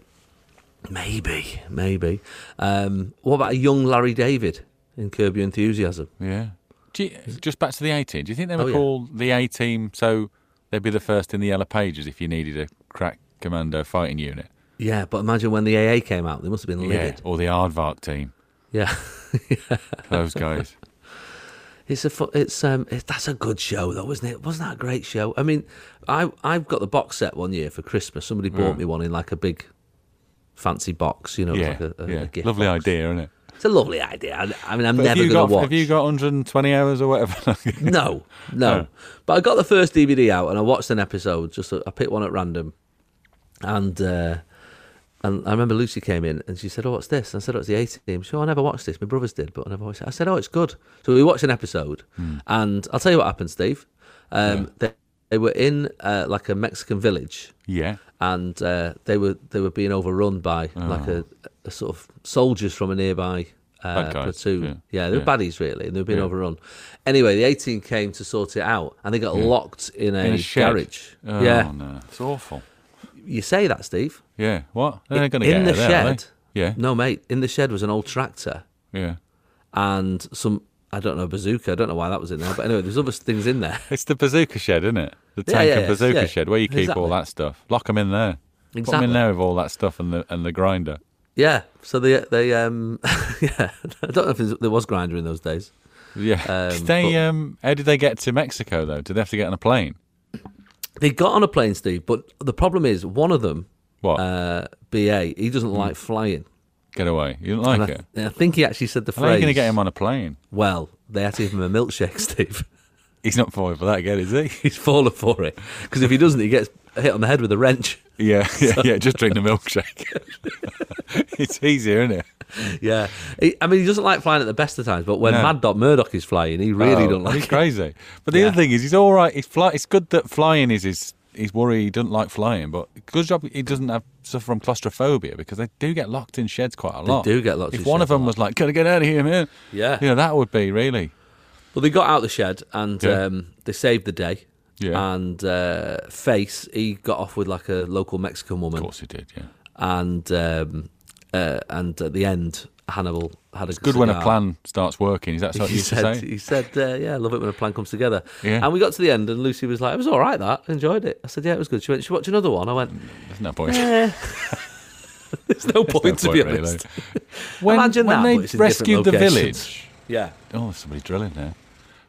C: maybe, maybe. Um, what about a young Larry David in Curb Your Enthusiasm?
D: Yeah. Do you, just back to the A team. Do you think they would
C: Oh, yeah.
D: call the A team so they'd be the first in the yellow pages if you needed a crack commando fighting unit?
C: Yeah, but imagine when the AA came out, they must have been livid.
D: Or the Aardvark team.
C: Yeah,
D: Those guys.
C: it's a, fu- it's um, it, that's a good show though, isn't it? Wasn't that a great show? I mean, I I've got the box set one year for Christmas. Somebody bought
D: Yeah.
C: me one in like a big fancy box, you know,
D: Mm. yeah.
C: it's like a, a,
D: yeah.
C: a gift.
D: Lovely
C: box.
D: idea, isn't it?
C: It's a lovely idea. I, I mean, I'm
D: But
C: never
D: have you
C: going
D: got
C: to watch.
D: have you got 120 hours or whatever?
C: No, no. But I got the first DVD out and I watched an episode. Just I picked one at random, and uh, and I remember Lucy came in and she said, "Oh, what's this?" And I said, "Oh, it's the A Team." She, said, "Oh, I never watched this. My brothers did, but I never watched it." I said, "Oh, it's good." So we watched an episode,
D: Hmm.
C: and I'll tell you what happened, Steve. Um, they, they were in uh, like a Mexican village,
D: yeah.
C: and uh, they were they were being overrun by like a, a sort of soldiers from a nearby uh,
D: Oh. Bad guys,
C: platoon.
D: yeah.
C: they were
D: Yeah.
C: baddies really, and they were being
D: Yeah.
C: overrun. Anyway, the 18 came to sort it out, and they got locked in a,
D: In a shed.
C: garage.
D: Oh,
C: yeah,
D: no. It's awful.
C: you say that, Steve.
D: Yeah. What? They're going to get
C: in
D: her
C: the
D: there, are
C: shed,
D: they? Yeah.
C: no mate, in the shed was an old tractor
D: Yeah.
C: and some I don't know bazooka. I don't know why that was in there, but anyway, there's other things in there.
D: It's the bazooka shed, isn't it? The
C: Yeah,
D: tank
C: yeah,
D: and
C: yeah,
D: bazooka
C: yeah.
D: shed where you keep
C: Exactly.
D: all that stuff. Lock them in there. Put them
C: Exactly.
D: in there with all that stuff and the and the grinder.
C: Yeah, so they they um yeah, I don't know if there was grinder in those days.
D: Yeah.
C: Um,
D: did they um how did they get to Mexico though? Did they have to get on a plane?
C: They got on a plane, Steve, but the problem is one of them,
D: What?
C: uh, BA, he
D: Hmm.
C: doesn't like flying.
D: get away. You don't
C: And
D: like
C: I-
D: it.
C: and I, think he actually said the
D: How are you
C: phrase.
D: going to get him on a plane?
C: Well, they had to give him a milkshake, Steve.
D: He's not falling for that again, is he?
C: He's fallen for it because if he doesn't, he gets hit on the head with a wrench.
D: Yeah, yeah, yeah. Just drink the milkshake. it's easier, isn't it?
C: Yeah, he, I mean, he doesn't like flying at the best of times, but when
D: No.
C: Mad Dot Murdoch is flying, he really
D: Oh,
C: don't like
D: He's
C: it.
D: crazy. But the
C: Yeah.
D: other thing is, he's all right. He's fly. It's good that flying is his. His worry he doesn't like flying, but good job he doesn't have suffer from claustrophobia because they do get locked in sheds quite a lot.
C: do get locked
D: If
C: in
D: one
C: sheds
D: of them
C: a
D: was like, "Gotta get out of here, man,"
C: Yeah.
D: you know that would be really.
C: Well, they got out the shed and
D: Yeah.
C: um, they saved the day.
D: Yeah.
C: And uh, Face, he got off with like a local Mexican
D: Of
C: woman.
D: course he did. Yeah,
C: And um, uh, and at the end, Hannibal had a
D: good when a
C: cigar.
D: plan starts working. Is that what you
C: He
D: used
C: said,
D: to say?
C: he said, uh, yeah, I love it when a plan comes together.
D: Yeah.
C: And we got to the end, and Lucy was like, it was all right, that. I enjoyed it. I said, yeah, it was good. She went, she watch another one. I went,
D: There's no point.
C: eh. There's no point, to
D: No
C: be
D: point, really.
C: honest.
D: When,
C: Imagine
D: when
C: that,
D: they
C: but it's in different
D: rescued the
C: locations.
D: village.
C: Yeah.
D: Oh, there's somebody drilling there.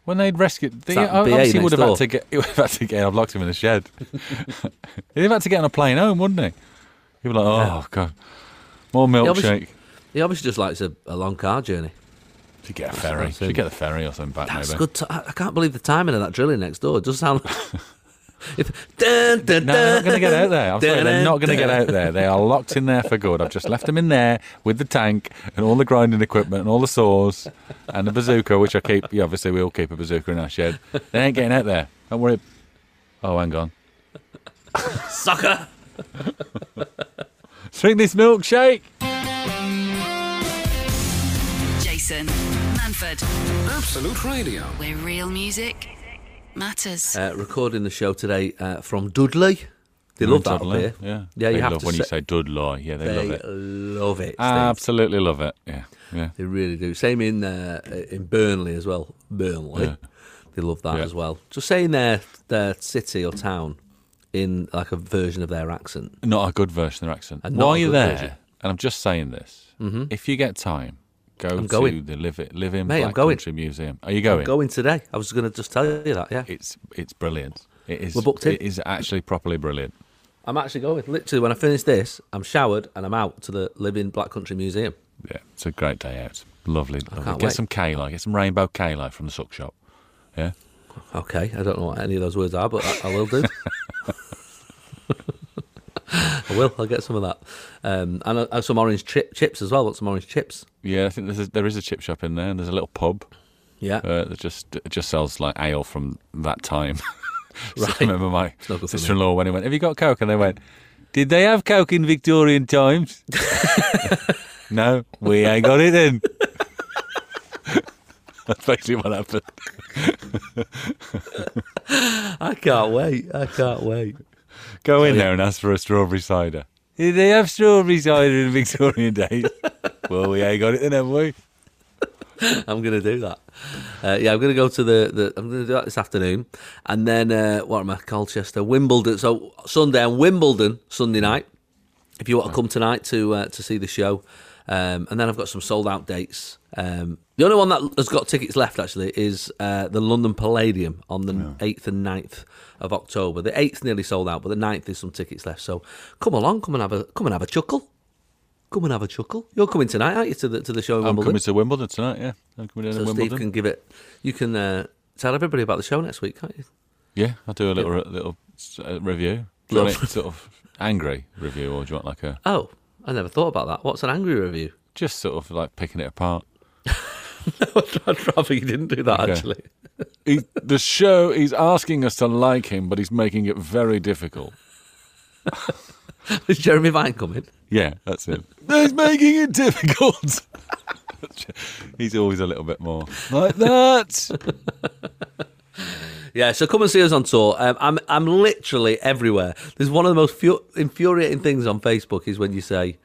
D: When they'd rescued, they
C: that BA
D: obviously would
C: next
D: have had
C: door.
D: to get. He would have had to get. I've locked him in the shed. He'd have had to get on a plane home, wouldn't he? He'd be like, "Oh god, more
C: obviously-
D: milkshake."
C: He obviously just likes a, a long car journey.
D: Should get a ferry.
C: That's it.
D: Should get the ferry or something back
C: That's
D: maybe.
C: good. T- I I can't believe the timing of that drilling next door. It does sound. if, dun, dun,
D: No, they're not going to get out
C: dun,
D: there. I'm sorry,
C: dun,
D: they're not going
C: dun.
D: to get out there. They are locked in there for good. I've just left them in there with the tank and all the grinding equipment and all the saws and the bazooka, which I keep. Yeah, obviously we all keep a bazooka in our shed. They ain't getting out there. Don't worry. Oh, hang on.
C: Sucker!
D: Drink this milkshake.
A: Jason Manford.
B: Absolute Radio.
A: Where real music matters.
C: Uh, recording the show today uh, from Dudley. They love that up
D: Mm, Dudley,
C: here.
D: Yeah,
C: yeah.
D: they
C: You have
D: love
C: to
D: when
C: say,
D: you say Dudley. Yeah, they,
C: they
D: love it.
C: love it. Steve.
D: Absolutely love it. Yeah, yeah.
C: They really do. Same in uh, in Burnley as well. Burnley,
D: Yeah.
C: they love that
D: Yeah.
C: as well. Just saying their their city or town in like a version of their accent.
D: Not a good version of their accent.
C: And not
D: While
C: a
D: you're
C: good
D: there,
C: version. Mm-hmm.
D: and I'm just saying this, if you get time, go to
C: going.
D: the Live It Live in
C: Mate, I'm
D: Black
C: going.
D: Country Museum. Are you going?
C: Going today. I was going to just tell you that. Yeah,
D: It's it's brilliant. It is.
C: We're booked in.
D: It is actually properly brilliant.
C: I'm actually going. Literally, when I finish this, I'm showered and I'm out to the Living Black Country Museum.
D: Yeah, it's a great day out. Lovely. lovely.
C: can't
D: get
C: wait.
D: some kale, get some rainbow kale from the suck shop. Yeah.
C: Okay, I don't know what any of those words are, but I, I will do. I will. I'll get some of that, um, and uh, some orange chip, chips as well. Want some orange chips?
D: Yeah, I think there's a, there is a chip shop in there, and there's a little pub.
C: Yeah.
D: Uh, that just it just sells like ale from that time. so I remember my
C: not good for me.
D: sister-in-law when he went, "Have you got coke?" and they went, "Did they have coke in Victorian times?" no, we ain't got it then. That's basically what happened.
C: I can't wait. I can't wait.
D: Go in there and ask for a strawberry cider. Did they have strawberry cider in Victorian days? well, we ain't got it then, have we?
C: I'm gonna do that. Uh, yeah, I'm gonna go to the, the. I'm gonna do that this afternoon, and then uh, what am I? Colchester, Wimbledon. So Sunday and Wimbledon Sunday night. If you want to come tonight to uh, to see the show, um, and then I've got some sold out dates. Um, the only one that has got tickets left actually is uh, the London Palladium on the eighth and 9th of October. The eighth nearly sold out, but the 9th is some tickets left. So come along, come and have a come and have a chuckle. Come and have a chuckle. You're coming tonight, aren't you, to the to the show in
D: I'm
C: Wimbledon?
D: coming to Wimbledon tonight. Yeah, I'm coming down
C: So
D: to
C: Steve
D: Wimbledon.
C: can give it. You can uh, tell everybody about the show next week, can't you?
D: Yeah, I'll do a little little uh, review. Do you want it sort of angry review, or do you want like a
C: Oh, I never thought about that. What's an angry review?
D: just sort of like picking it apart?
C: I'd rather you didn't do that.
D: Okay.
C: Actually,
D: He, the show is asking us to like him, but he's making it very difficult.
C: is Jeremy Vine coming?
D: Yeah, that's it. he's making it difficult. he's always a little bit more like that.
C: Yeah, so come and see us on tour. Um, I'm I'm literally everywhere. There's one of the most fu- infuriating things on Facebook is when you say,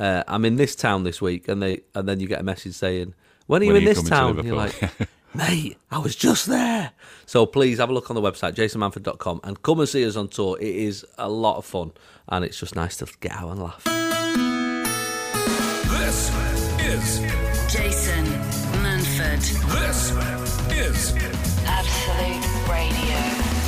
C: uh, "I'm in this town this week," and they and then you get a message saying, "When are you
D: When
C: in
D: are you
C: this town?"
D: coming to
C: And You're
D: Liverpool?
C: like, "Mate, I was just there." So please have a look on the website jasonmanford.com and come and see us on tour. It is a lot of fun and it's just nice to get out and laugh.
B: This is
A: Jason Manford.
B: this is
A: Absolute Radio.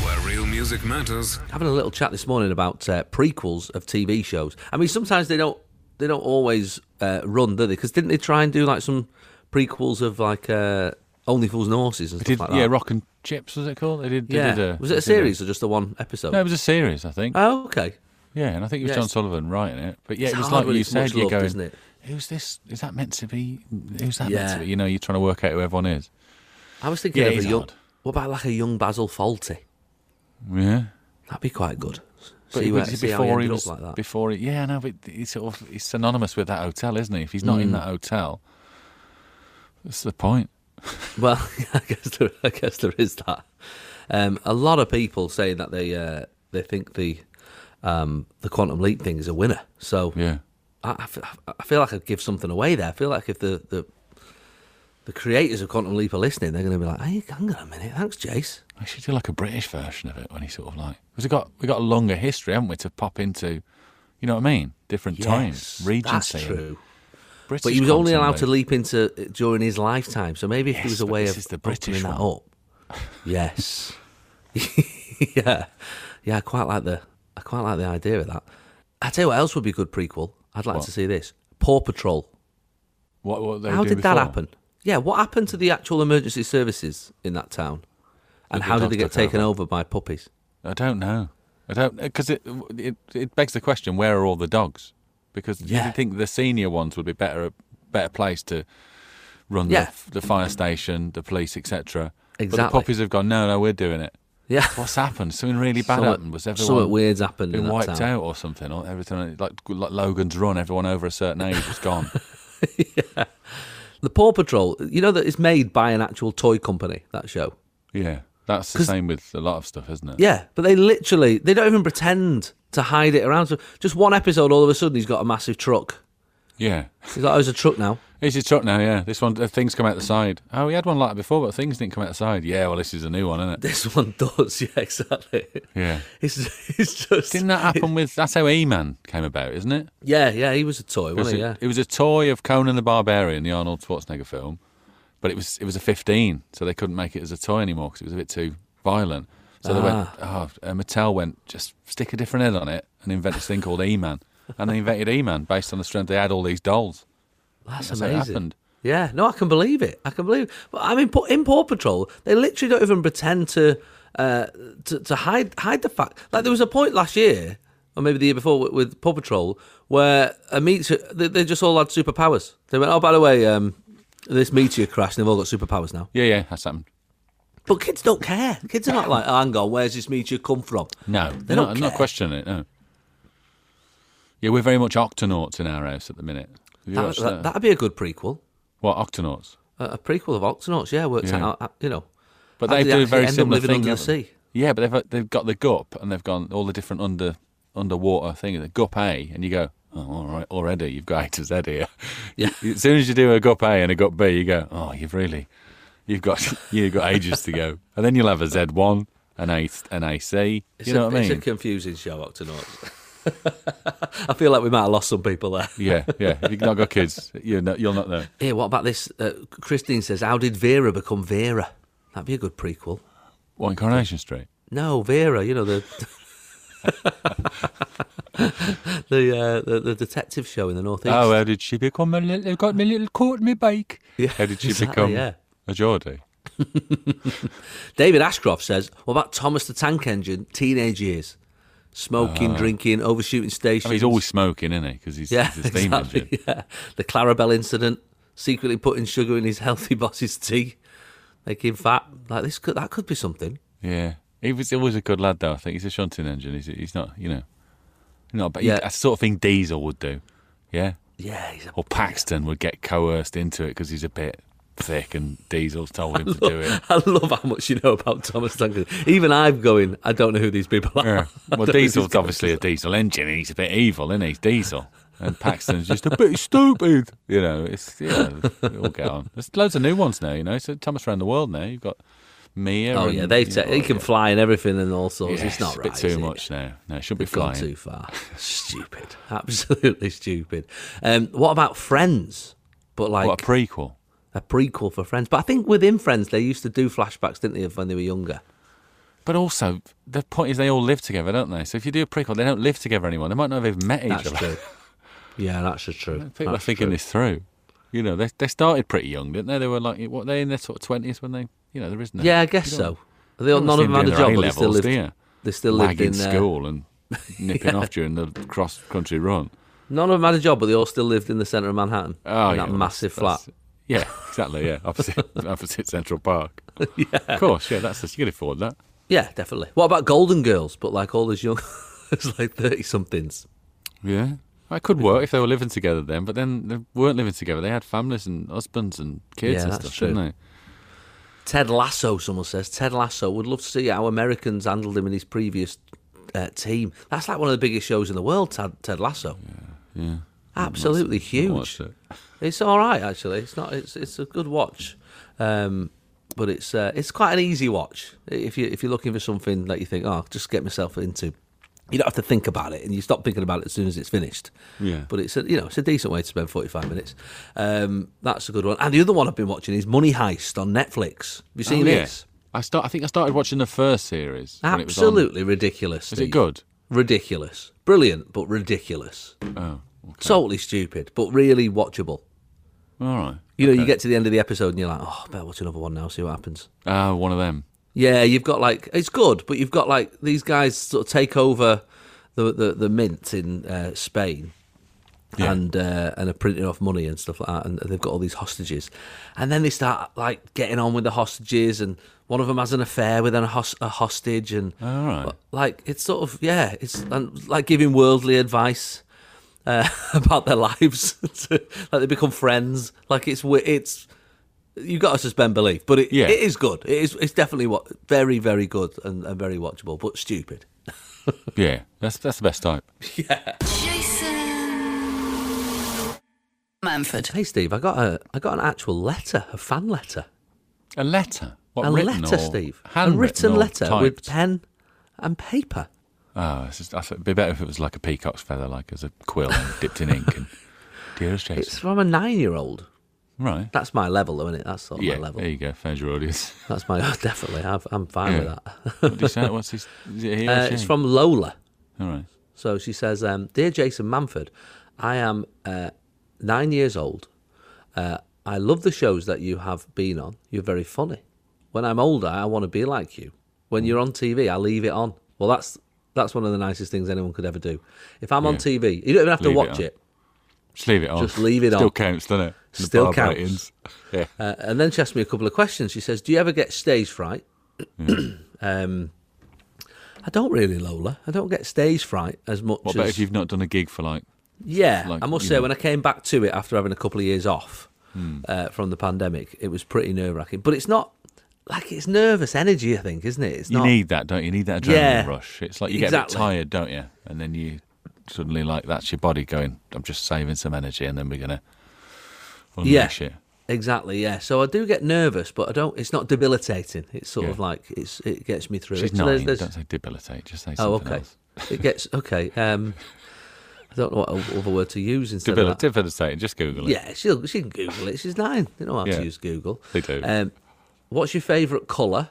B: where real
E: Music
B: music
E: matters.
C: having a little chat this morning about uh, prequels of TV shows. I mean, sometimes they don't they don't always uh, run, do they? Because didn't they try and do like some prequels of like uh, Only Fools and Horses and stuff
D: Did
C: like that?
D: yeah, Rock and Chips was it called? They did. They
C: Yeah.
D: did a,
C: was it
D: they
C: a
D: did uh,
C: series or just the one episode?
D: No, it was a series, I think.
C: oh, okay.
D: yeah, and I think it was
C: yes.
D: John Sullivan writing it. But yeah,
C: It's
D: it was
C: hard
D: like
C: when
D: you
C: it's much
D: said, you're
C: loved,
D: going,
C: isn't it?
D: who's this? Is that meant to be? Who's that meant
C: Yeah.
D: to be? You know, you're trying to work out who everyone is.
C: I was thinking
D: Yeah,
C: of a
D: he's
C: young.
D: hard.
C: What about like a young Basil Fawlty?
D: Yeah.
C: That'd be quite good.
D: But
C: see
D: it
C: where,
D: was
C: see how he
D: before
C: ended
D: he
C: up
D: was
C: like that.
D: before he, yeah, no, but he's sort of he's synonymous with that hotel, isn't he? If he's not
C: Hmm.
D: in that hotel, that's the point.
C: Well, I guess there, I guess there is that. Um, a lot of people saying that they uh, they think the um, the quantum leap thing is a winner. So
D: Yeah,
C: I, I fe- I feel like I'd give something away there. I feel like if the the, the creators of Quantum Leap are listening, they're going to be like, "Hey, hang on a minute, thanks, Jace."
D: I should do like a British version of it when he sort of like because we got we got a longer history, haven't we, to pop into. You know what I mean? Different times, Regency,
C: that's
D: and
C: true.
D: British
C: But he was only
D: Continent.
C: allowed to leap into uh, during his lifetime, so maybe if there
D: Yes,
C: was a
D: but
C: way
D: this
C: of
D: is the
C: opening
D: British
C: that
D: one.
C: up. Yes. yeah, yeah. I quite like the I quite like the idea of that. I tell you what else would be a good prequel. I'd like
D: What?
C: to see this Paw Patrol.
D: What, what they
C: How
D: do
C: did that
D: before.
C: happen? Yeah, what happened to the actual emergency services in that town? And
D: the
C: how did
D: dogs
C: they get
D: took over.
C: taken over by puppies?
D: I don't know. I don't because it, it it begs the question: where are all the dogs? Because
C: Yeah.
D: you think the senior ones would be better better place to run
C: Yeah.
D: the, the fire station, the police, etc. But the
C: Exactly.
D: puppies have gone. No, no, we're doing it.
C: Yeah.
D: What's happened? Something really bad
C: Somewhat-
D: happened. Was everyone
C: somewhat weird's happened in
D: Been
C: that
D: wiped
C: town.
D: out or something, or everything like, like Logan's Run. Everyone over a certain age is gone.
C: The Paw Patrol, you know that it's made by an actual toy company, that show.
D: yeah, that's the
C: 'Cause-
D: same with a lot of stuff, isn't it?
C: Yeah, but they literally they don't even pretend to hide it around. So just one episode all of a sudden he's got a massive truck.
D: yeah.
C: He's like, Oh, it's a truck now.
D: It's his truck now, yeah. This one, the things come out the side. Oh, we had one like that before, but things didn't come out the side. Yeah, well, this is a new one, isn't it?
C: This one does, yeah, exactly.
D: Yeah.
C: It's it's just
D: Didn't that happen with? That's how E-Man came about, isn't it?
C: Yeah, yeah, he was a toy,
D: It was,
C: wasn't he?
D: a,
C: Yeah.
D: it was a toy of Conan the Barbarian, the Arnold Schwarzenegger film, but it was it was a 15, so they couldn't make it as a toy anymore because it was a bit too violent. So they went, oh, uh, Mattel went, just stick a different head on it and invent this thing called E-Man, and they invented E-Man based on the strength they had all these dolls.
C: That's,
D: That's how it
C: amazing.
D: happened.
C: Yeah, no, I can believe it. I can believe it. But I mean, in Paw Patrol, they literally don't even pretend to uh, to, to hide hide the fact. Like there was a point last year, or maybe the year before, with, with Paw Patrol, where a meteor they, they just all had superpowers. They went, oh, by the way, um, this meteor crashed, and they've all got superpowers now.
D: Yeah, yeah, that's happened.
C: But kids don't care. Kids are not like, oh, hang on, where's this meteor come from?
D: No,
C: They
D: not,
C: don't
D: I'm not
C: care.
D: questioning it. No. Yeah, we're very much octonauts in our house at the minute. Have you
C: That,
D: watched
C: that,
D: that?
C: that'd be a good prequel,
D: What octonauts?
C: a, a prequel of Octonauts. Yeah, worked
D: Yeah.
C: out. uh, You know,
D: But
C: How
D: they
C: did they
D: do a very
C: actually end up
D: similar
C: living
D: thing.
C: under the
D: haven't they?
C: sea?
D: Yeah, but they've uh, they've got the gup and they've gone all the different under underwater things. The gup A, and you go, oh, all right, already you've got A to Z here.
C: Yeah.
D: as soon as you do a gup A and a gup B, you go, oh, you've really, you've got you've got ages to go, and then you'll have a Z one, an A, an AC.
C: it's
D: You know
C: a,
D: what I
C: It's a
D: mean?
C: confusing show, Octonauts. I feel like we might have lost some people there.
D: yeah, yeah. If you've not got kids, you're not, you'll not know.
C: Yeah, what about this? Uh, Christine says, How did Vera become Vera? That'd be a good prequel.
D: What in Coronation Street?
C: No, Vera, you know, the. the, uh, the the detective show in the northeast.
D: Oh, how did she become a little? Got me little caught me bike.
C: Yeah,
D: how did she
C: exactly,
D: become
C: yeah.
D: a Geordie?
C: David Ashcroft says, "What about Thomas the Tank Engine? Teenage years, smoking, drinking, overshooting stations.
D: I mean, he's always smoking, isn't he? Because he's,
C: yeah,
D: he's a steam
C: exactly,
D: engine.
C: yeah. The Clarabelle incident, secretly putting sugar in his healthy boss's tea, making him fat. Like this could that could be something.
D: Yeah, he was always a good lad, though. I think he's a shunting engine. He's, he's not, you know, not. But
C: Yeah.
D: yeah. sort of thing Diesel would do. Yeah,
C: Yeah, he's a
D: or Paxton would get coerced into it because he's a bit thick, and Diesel's told him to do it.
C: I love how much you know about Thomas Duncan. Even I'm going, I don't know who these people are.
D: Yeah.
C: I
D: Well,
C: don't know
D: Diesel's
C: who's going
D: obviously
C: to-
D: a diesel engine. and He's a bit evil, isn't he? He's diesel. And Paxton's just a bit stupid. You know, it's, yeah, we'll get on. There's loads of new ones now, you know. So Thomas around the world now. You've got Mia.
C: Oh,
D: and,
C: yeah, they
D: you
C: ta
D: know,
C: he can
D: yeah.
C: fly and everything and all sorts.
D: Yeah,
C: it's not
D: a
C: right.
D: bit too
C: is it?
D: much now. No, it shouldn't be
C: They've gone
D: flying.
C: too far. stupid. Absolutely stupid. Um, what about Friends? But like
D: What a prequel.
C: a prequel for Friends. But I think within Friends, they used to do flashbacks, didn't they, of when they were younger?
D: But also, the point is they all live together, don't they? So if you do a prequel, they don't live together anymore. They might not have even met each
C: That's
D: other.
C: true. Yeah, that's the truth.
D: People
C: That's
D: are thinking
C: true.
D: this through. You know, they they started pretty young, didn't they? They were like, what, they in their sort of twenties when they, you know, there isn't.
C: Yeah, I guess so. They all, none of them had a job, but they still lived.
D: do you?
C: They still lived in
D: Lagging
C: uh, their-
D: school and nipping off during the cross country run.
C: None of them had a job, but they all still lived in the centre of Manhattan.
D: Oh,
C: in
D: yeah,
C: that
D: well,
C: massive
D: that's-
C: flat.
D: Yeah, exactly. Yeah, opposite, opposite Central Park. yeah, of course. Yeah, that's you can afford that.
C: Yeah, definitely. What about Golden Girls? But like all those young, it's like thirty somethings.
D: Yeah, that could work if they were living together then. But then they weren't living together. They had families and husbands and kids
C: Yeah,
D: and
C: that's
D: stuff,
C: true.
D: didn't they?
C: Ted Lasso, someone says. Ted Lasso would love to see how Americans handled him in his previous uh, team. That's like one of the biggest shows in the world. Ted, Ted Lasso,
D: Yeah,
C: absolutely
D: I
C: huge.
D: watched it.
C: It's all right actually. It's not. It's it's a good watch, um, but it's uh, it's quite an easy watch if you if you're looking for something that you think oh I'll just get myself into. You don't have to think about it, and you stop thinking about it as soon as it's finished.
D: Yeah.
C: But it's a you know it's a decent way to spend 45 minutes. Um, that's a good one. And the other one I've been watching is Money Heist on Netflix. Have you
D: Oh,
C: seen
D: yeah.
C: this?
D: I start. I think I started watching the first series. when it was on.
C: Absolutely ridiculous.
D: Is it
C: Steve.
D: good?
C: Ridiculous. Brilliant, but ridiculous.
D: Oh, okay.
C: Totally stupid, but really watchable.
D: all right.
C: You know, you get to the end of the episode and you're like, oh, I better watch another one now, see what happens.
D: Ah, one of them.
C: Yeah, you've got like it's good, but you've got like these guys sort of take over the the, the mint in uh, Spain.
D: Yeah.
C: And uh, and are printing off money and stuff like that, and they've got all these hostages, and then they start like getting on with the hostages, and one of them has an affair with an, hos- a hostage, and
D: All right.
C: like it's sort of yeah, it's and, like giving worldly advice uh, about their lives, to, like they become friends, like it's wi- it's you got to suspend belief, but it,
D: Yeah.
C: it is good. It is it's definitely what very very good and, and very watchable, but stupid.
D: Yeah, that's that's the best type.
A: Jason Manford.
C: Hey Steve, I got a I got an actual letter, a fan letter,
D: A letter. What,
C: a
D: written
C: letter,
D: or
C: Steve, a
D: handwritten
C: written
D: or
C: letter with
D: typed?
C: pen and paper.
D: Oh, it's just, I thought it'd be better if it was like a peacock's feather, like as a quill and dipped in ink. And dearest Jason,
C: It's from a nine year old.
D: right?
C: That's my level, though, isn't it? That's sort of
D: yeah,
C: my level.
D: there you go. Found your audience.
C: That's my definitely. I've, I'm fine
D: Yeah.
C: with that.
D: What do you say? What's his? Is it he or
C: Uh,
D: she?
C: it's from Lola.
D: All right.
C: So she says, um, Dear Jason Manford, I am uh, nine years old. Uh, I love the shows that you have been on. You're very funny. When I'm older, I want to be like you. When you're on TV, I leave it on. Well, that's that's one of the nicest things anyone could ever do. If I'm on
D: Yeah.
C: TV, you don't even have to
D: Leave it
C: watch
D: on.
C: it.
D: Just leave it on.
C: Just leave it
D: Still
C: on.
D: counts, doesn't it? The
C: Still
D: bar
C: counts.
D: ratings. Yeah.
C: Uh, and then she asked me a couple of questions. She says, "Do you ever get stage fright?"
D: Hmm.
C: um, I don't really, Lola. I don't get stage fright as much.
D: what
C: as...
D: about if you've not done a gig for like?
C: Yeah,
D: Like,
C: I must
D: you
C: say,
D: know. Hmm.
C: when I came back to it after having a couple of years off uh, from the pandemic, it was pretty nerve wracking. But it's not like it's nervous energy, I think, isn't it? It's
D: You
C: not.
D: need that, don't you? You need that adrenaline
C: Yeah.
D: rush. It's like you
C: Exactly.
D: get a bit tired, don't you? And then you suddenly like that's your body going. I'm just saving some energy, and then we're gonna unleash it.
C: exactly. Yeah. So I do get nervous, but I don't. It's not debilitating. It's sort
D: Yeah.
C: of like it's it gets me through.
D: She's
C: it.
D: nine.
C: So there's- there's-
D: Don't say debilitate. Just say something
C: oh, okay.
D: else.
C: it gets okay. Um, I don't know what o- other word to use instead
D: Debil-
C: of that.
D: debilitating. Just Google it.
C: Yeah, she'll she can Google it. She's nine. They know how
D: Yeah.
C: to use Google.
D: They do.
C: Um, what's your favourite colour?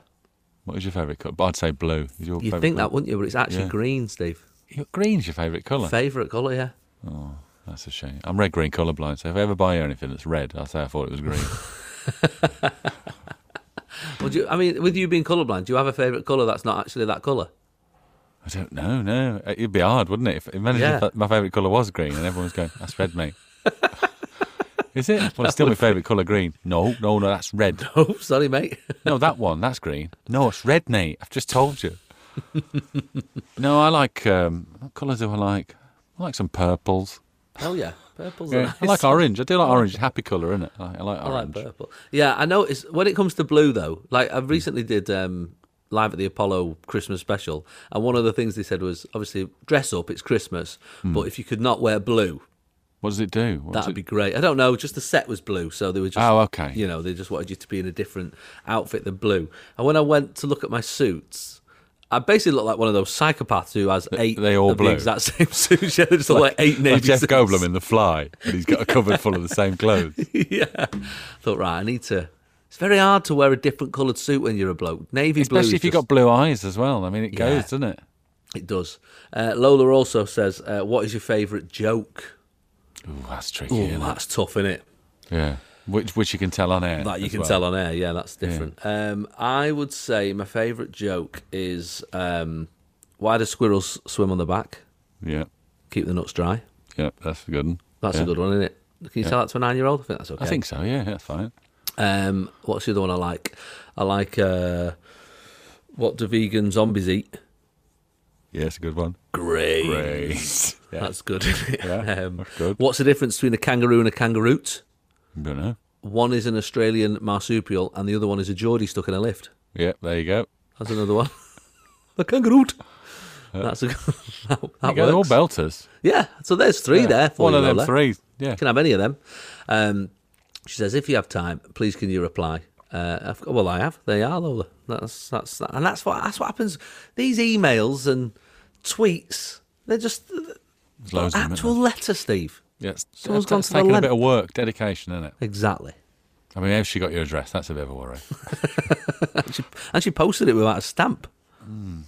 D: What is your favourite colour? I'd say blue. Is your
C: You
D: favourite
C: think
D: colour?
C: that, wouldn't you? But it's actually
D: Yeah.
C: green, Steve.
D: Your green's your favourite colour.
C: Favourite colour, yeah.
D: oh, that's a shame. I'm red green colourblind, so if I ever buy you anything that's red, I'll say I thought it was green.
C: Would you? I mean, with you being colourblind, do you have a favourite colour that's not actually that colour?
D: I don't know. No, it'd be hard, wouldn't it? If imagine
C: Yeah.
D: if my favourite colour was green, and everyone's going, "That's red, mate." is it? Well, it's still my favourite colour, green. No, no, no, that's red.
C: Oh, sorry, mate.
D: No, that one, that's green. No, it's red, Nate. I've just told you. no, I like um, what colours do I like? I like some purples.
C: Oh yeah, purple's
D: Yeah,
C: a nice.
D: I like orange. I do like orange. It's a Happy colour, isn't it? I, I like
C: I like
D: orange.
C: purple. Yeah, I know. It's when it comes to blue though. Like I recently did um, live at the Apollo Christmas special, and one of the things they said was obviously dress up. It's Christmas,
D: Hmm.
C: but if you could not wear blue,
D: what does it do? What does
C: that'd
D: it-
C: be great. I don't know. Just the set was blue, so they were just.
D: Oh, okay.
C: You know, they just wanted you to be in a different outfit than blue. And when I went to look at my suits, I basically looked like one of those psychopaths who has eight.
D: they all
C: of the
D: blue.
C: exact same suits. Yeah, they just look like, eight navy
D: like Jeff
C: suits.
D: Goldblum in The Fly, and he's got a cupboard full of the same clothes.
C: yeah. Thought right, I need to It's very hard to wear a different coloured suit when you're a bloke. Navy blue.
D: Especially
C: is
D: if you've
C: just-
D: got blue eyes as well. I mean, it goes,
C: Yeah.
D: doesn't it?
C: It does. Uh, Lola also says, uh, "What is your favourite joke?"
D: Ooh, that's tricky.
C: Ooh,
D: isn't it?
C: that's tough, isn't it?
D: Yeah. Which, which you can tell on air.
C: That you
D: as
C: can
D: well.
C: tell on air. Yeah, that's different. Um, I would say my favourite joke is, um, "Why do squirrels swim on the back?
D: Yeah.
C: Keep the nuts dry."
D: Yeah, that's a good one.
C: That's
D: Yeah.
C: a good one, isn't it? Can you tell that to a nine-year-old? I think that's okay.
D: I think so, yeah, that's fine.
C: Um, what's the other one I like? I like uh, what do vegan zombies eat?
D: Yeah, it's a good one.
C: Great.
D: Great. yeah.
C: That's good. isn't it?
D: Yeah,
C: um,
D: that's good.
C: What's the difference between a kangaroo and a kangaroot?
D: Don't know.
C: One is an Australian marsupial, and the other one is a Geordie stuck in a lift.
D: Yeah, there you go.
C: That's another one. a kangaroo. That's a good. That,
D: There
C: that
D: Uh, you go. They're all
C: works.
D: belters.
C: Yeah. So there's three there. For
D: One
C: you,
D: of them
C: Lola.
D: three. Yeah.
C: can have any of them. Um, she says, if you have time, please can you reply? Uh, I've got- well, I have. They are Lola. That's that's and that's what that's what happens. These emails and tweets, they're just
D: There's loads of them. isn't
C: actual letter, Steve.
D: there? Yeah, it's-
C: someone's
D: it's-
C: gone
D: it's
C: to the
D: taken a
C: length.
D: bit of work, dedication, isn't it?
C: Exactly.
D: I mean, how she got your address? That's a bit of a worry.
C: And she, and she posted it without a stamp.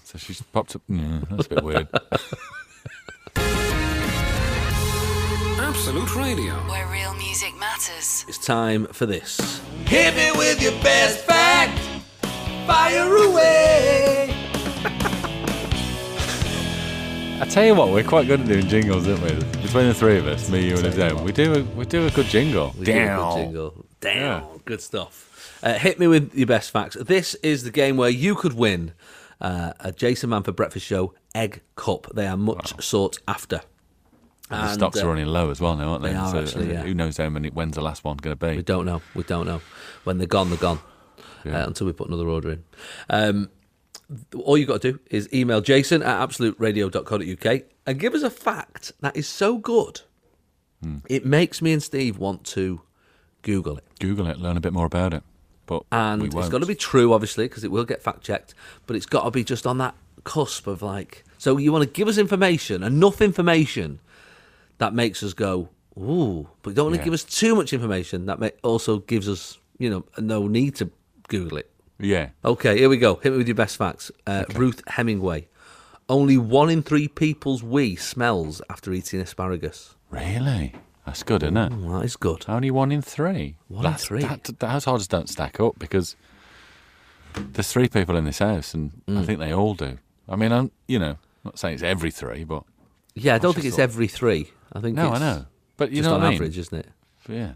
D: so she's popped up. Mm, that's a bit weird.
B: Absolute Radio.
A: Where real music matters.
C: It's time for this.
E: Hit me with your best fact. Fire away.
D: I tell you what, we're quite good at doing jingles, aren't we? Between the three of us, me, you, and Adele, we do a, we do a good jingle.
C: We do a good
D: Damn.
C: jingle. Damn.
D: Yeah.
C: Good stuff. Uh, hit me with your best facts. This is the game where you could win uh, a Jason Manford Breakfast Show egg cup. They are much sought after.
D: The stocks
C: uh,
D: are running low as well now, aren't they?
C: they are actually, yeah.
D: Who knows how many? When's the last one going to
C: We
D: be?
C: don't know. We don't know. When they're gone, they're gone. Uh, until we put another order in. Um, th- all you've got to do is email jason at absoluteradio.co.uk and give us a fact that is so good, it makes me and Steve want to Google it.
D: Google it, learn a bit more about it. But
C: And
D: we
C: it's
D: won't.
C: got to be true, obviously, because it will get fact checked, but it's got to be just on that cusp of like. So you want to give us information, enough information that makes us go, ooh, but you don't want to
D: Yeah.
C: give us too much information that may- also gives us, you know, no need to Google it.
D: Yeah.
C: Okay, here we go. Hit me with your best facts. Uh, Ruth Hemingway. Only one in three people's wee smells after eating asparagus.
D: Really? That's good, isn't it?
C: Well, that is good.
D: Only one in three.
C: One in
D: That's-
C: three.
D: That, that those odds don't stack up because there's three people in this house, and I
C: Mm.
D: think they all do. I mean, I'm you know, not saying it's every three, but
C: Yeah, I don't
D: just
C: think it's
D: thought-
C: every three. I think
D: no,
C: it's
D: I know. But you
C: just
D: know
C: on
D: what I mean?
C: average, isn't it?
D: Yeah.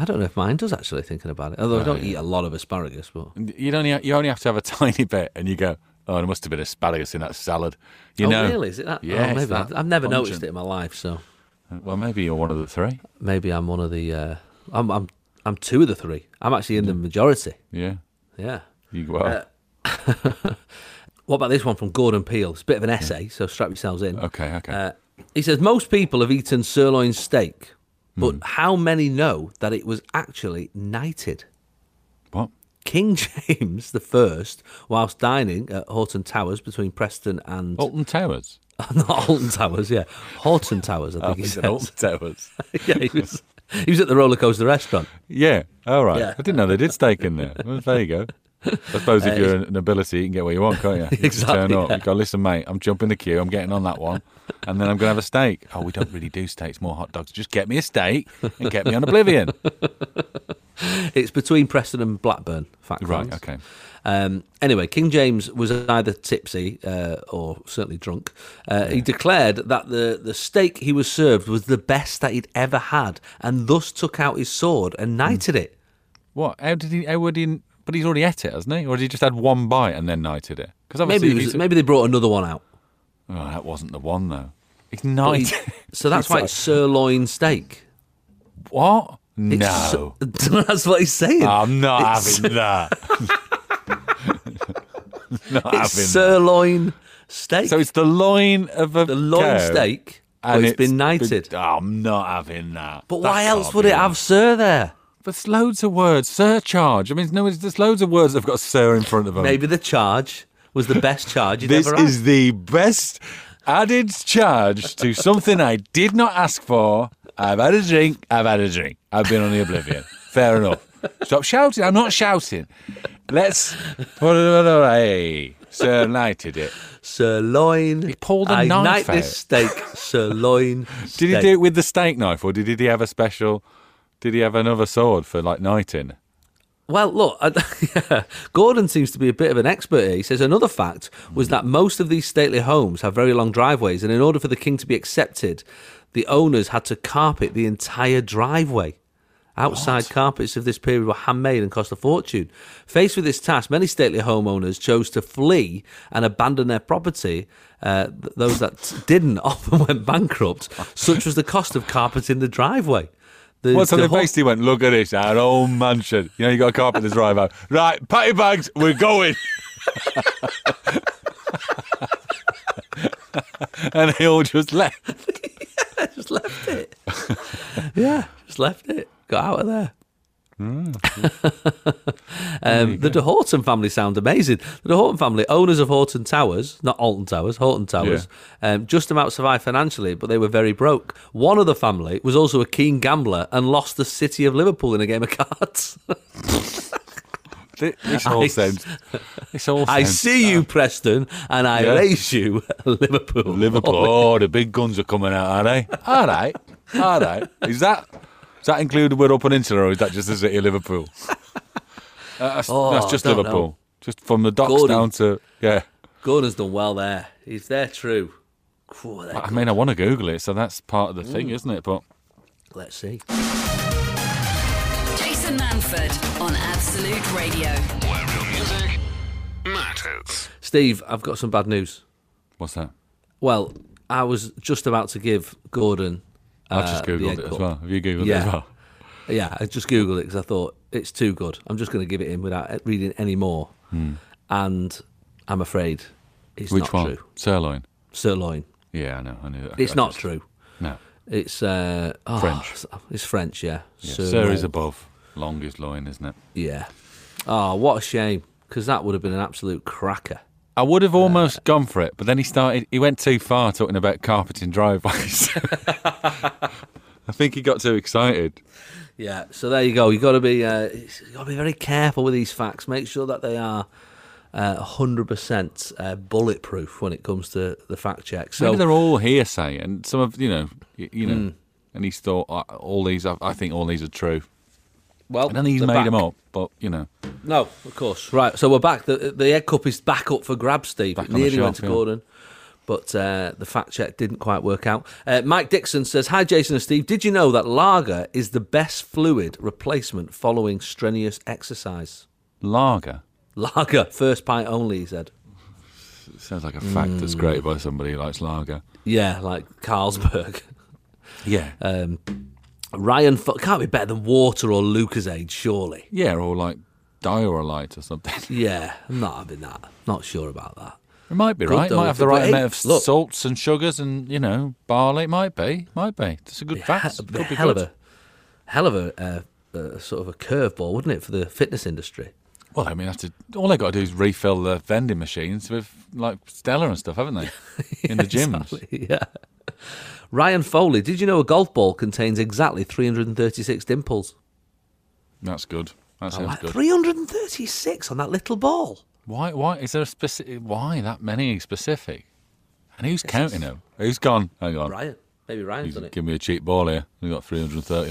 C: I don't know if mine does actually. Thinking about it, although I
D: Oh,
C: don't
D: yeah.
C: eat a lot of asparagus, but
D: And You only you only have to have a tiny bit, and you go, oh, there must have been asparagus in that salad. You
C: oh
D: know?
C: really? Is it that?
D: Yeah,
C: oh,
D: it's
C: maybe
D: that
C: I've, I've never noticed
D: pungent.
C: it in my life, so
D: Uh, Well, maybe you're one of the three.
C: maybe I'm one of the. Uh, I'm I'm I'm two of the three. I'm actually in the
D: Mm.
C: majority.
D: Yeah.
C: Yeah.
D: You well,
C: Uh, What about this one from Gordon Peel? It's a bit of an essay, so strap yourselves in.
D: okay, okay.
C: Uh, he says most people have eaten sirloin steak,
D: Hmm.
C: but how many know that it was actually knighted?
D: what?
C: King James the First, whilst dining at Horton Towers between Preston and
D: Alton Towers.
C: not Horton Towers, yeah, Horton Towers, I think he
D: Is it
C: said.
D: Alton Towers.
C: yeah, he was, he was at the roller coaster restaurant.
D: Yeah. All right.
C: Yeah.
D: I didn't know they did steak in there. Well, there you go. I suppose if you're an ability, you can get what you want, can't you? you Can
C: Exactly,
D: turn up.
C: yeah.
D: You go, listen, mate. I'm jumping the queue. I'm getting on that one, and then I'm gonna have a steak. Oh, we don't really do steaks. More hot dogs. Just get me a steak and get me on Oblivion.
C: It's between Preston and Blackburn. Fact
D: right.
C: finds.
D: Okay.
C: Um, anyway, King James was either tipsy uh, or certainly drunk. Uh, He declared that the, the steak he was served was the best that he'd ever had, and thus took out his sword and knighted it.
D: What? How did he? How would he? But he's already ate it, hasn't he? Or did he just had one bite and then knighted it? Because
C: Maybe it was, maybe they brought another one out.
D: Oh, that wasn't the one though. He's
C: But Oh, he-
D: knighted.
C: so that's why it's sirloin steak.
D: what?
C: It's
D: No.
C: so- that's what he's saying.
D: I'm not
C: It's-
D: having that. not having
C: it's
D: that.
C: sirloin steak.
D: So it's the loin of a
C: the loin
D: cow,
C: steak, but it's been knighted.
D: been- Oh, I'm not having that.
C: but
D: That
C: why
D: can't
C: else would
D: be
C: it
D: right.
C: have sir there?
D: There's loads of words. Surcharge. I mean, no, there's loads of words that've got sir in front of them.
C: Maybe the charge was the best charge you'd
D: this
C: ever had.
D: is the best added charge to something I did not ask for. I've had a drink. I've had a drink. I've been on the oblivion. Fair enough. Stop shouting. I'm not shouting. Let's. Hey, Sir knighted it.
C: Sirloin.
D: He pulled a
C: I
D: knife
C: knight this
D: out.
C: steak. Sirloin.
D: Did he
C: steak.
D: do it with the steak knife, or did he have a special? Did he have another sword for like knighting?
C: Well, look, I, yeah, Gordon seems to be a bit of an expert here. He says another fact was that most of these stately homes have very long driveways, and in order for the king to be accepted, the owners had to carpet the entire driveway. Outside carpets of this period were handmade and cost a fortune. Faced with this task, many stately homeowners chose to flee and abandon their property. Uh, th- those that didn't often went bankrupt. Such was the cost of carpeting the driveway. The,
D: Well, so
C: the
D: they
C: whole-
D: basically went, "Look at this, our old mansion. You know, you got a carpenter's drive out. Right, pack your bags. We're going." and they all just left.
C: just left it. yeah, just left it. Got out of there. um, the De Horton family sound amazing. The De Horton family, owners of Horton Towers, not Alton Towers, Horton Towers, um, just about survived financially, but they were very broke. One of the family was also a keen gambler and lost the city of Liverpool in a game of cards.
D: Thi- This all
C: I-
D: sounds. This all
C: I
D: sounds-
C: see you, Preston, and I
D: Yeah.
C: raise you, Liverpool.
D: Liverpool. Oh, the big guns are coming out, are they? All right, all right. Is that is that included with Upper Peninsula, or is that just the city of Liverpool? Uh, that's,
C: Oh,
D: that's just
C: I don't
D: Liverpool.
C: know.
D: Just from the docks
C: Gordon.
D: down to yeah.
C: Gordon's done well there. If they're true, cool, they're
D: I mean, I want to Google it, so that's part of the thing, isn't it? But
C: good. let's see.
A: Jason Manford on Absolute Radio.
F: Where real music matters.
C: Steve, I've got some bad news.
D: what's that?
C: Well, I was just about to give Gordon.
D: I've just
C: uh, the
D: googled
C: egg
D: it as
C: cup.
D: well. Have you googled it as
C: Yeah.
D: well?
C: Yeah, I just googled it because I thought it's too good. I'm just going to give it in without e-, reading any more. And I'm afraid it's
D: Hmm. Which
C: not
D: one?
C: true.
D: Sirloin.
C: Sirloin.
D: Yeah, I know. I knew that.
C: It's
D: I
C: not
D: just-
C: true.
D: No.
C: It's uh, oh,
D: French.
C: It's, it's French, yeah.
D: Yeah.
C: Sirloin.
D: Sir is above. Long is loin, isn't it?
C: Yeah. Oh, what a shame because that would have been an absolute cracker.
D: I would have almost gone for it, but then he started. He went too far talking about carpeting driveways. I think he got too excited.
C: Yeah, so there you go. You got to be uh, you got to be very careful with these facts. Make sure that they are uh, hundred percent uh, bulletproof when it comes to the fact check. So Mm.
D: Maybe they're all hearsay, and some of you know, y- you know. And he's thought "I- all these. I, I think all these are true.
C: well,
D: And then he's
C: they're
D: made
C: back.
D: them up, but you know,
C: No, of course. Right, so we're back. The the egg cup is back up for grabs, Steve.
D: Back
C: it
D: on the
C: nearly
D: shelf,
C: went to
D: yeah.
C: Gordon, but uh, the fact check didn't quite work out. Uh, Mike Dixon says, "Hi, Jason and Steve. Did you know that lager is the best fluid replacement following strenuous exercise?
D: lager
C: Lager, first pint only," he said.
D: sounds like a fact that's
C: Mm.
D: created by somebody who likes lager.
C: Yeah, like Carlsberg.
D: Yeah,
C: Ryan Fo- can't be better than water or Lucasade, surely.
D: yeah, or like diorolite or something.
C: Yeah, I'm not having that. Not sure about that.
D: It might be
C: Good
D: right. It
C: though,
D: might
C: if
D: have the
C: it-
D: right
C: hey,
D: amount of
C: look.
D: salts and sugars and you know barley. It might be, might be. It's a good
C: He-
D: fact. Could be
C: hell
D: good.
C: of a hell of a uh, uh, sort of a curveball, wouldn't it, for the fitness industry?
D: Well, I mean, that's a, all they got to do is refill the vending machines with like Stella and stuff, haven't they? In the gyms.
C: yeah. Ryan Foley, did you know a golf ball contains exactly 336 dimples?
D: That's good. That
C: I
D: sounds
C: like
D: good.
C: 336 on that little ball.
D: Why? Why is there a specific? Why that many specific? And who's counting them? Who's gone? Hang on.
C: Ryan, maybe
D: He's
C: Ryan's done it.
D: Give me a cheap ball here. We got 330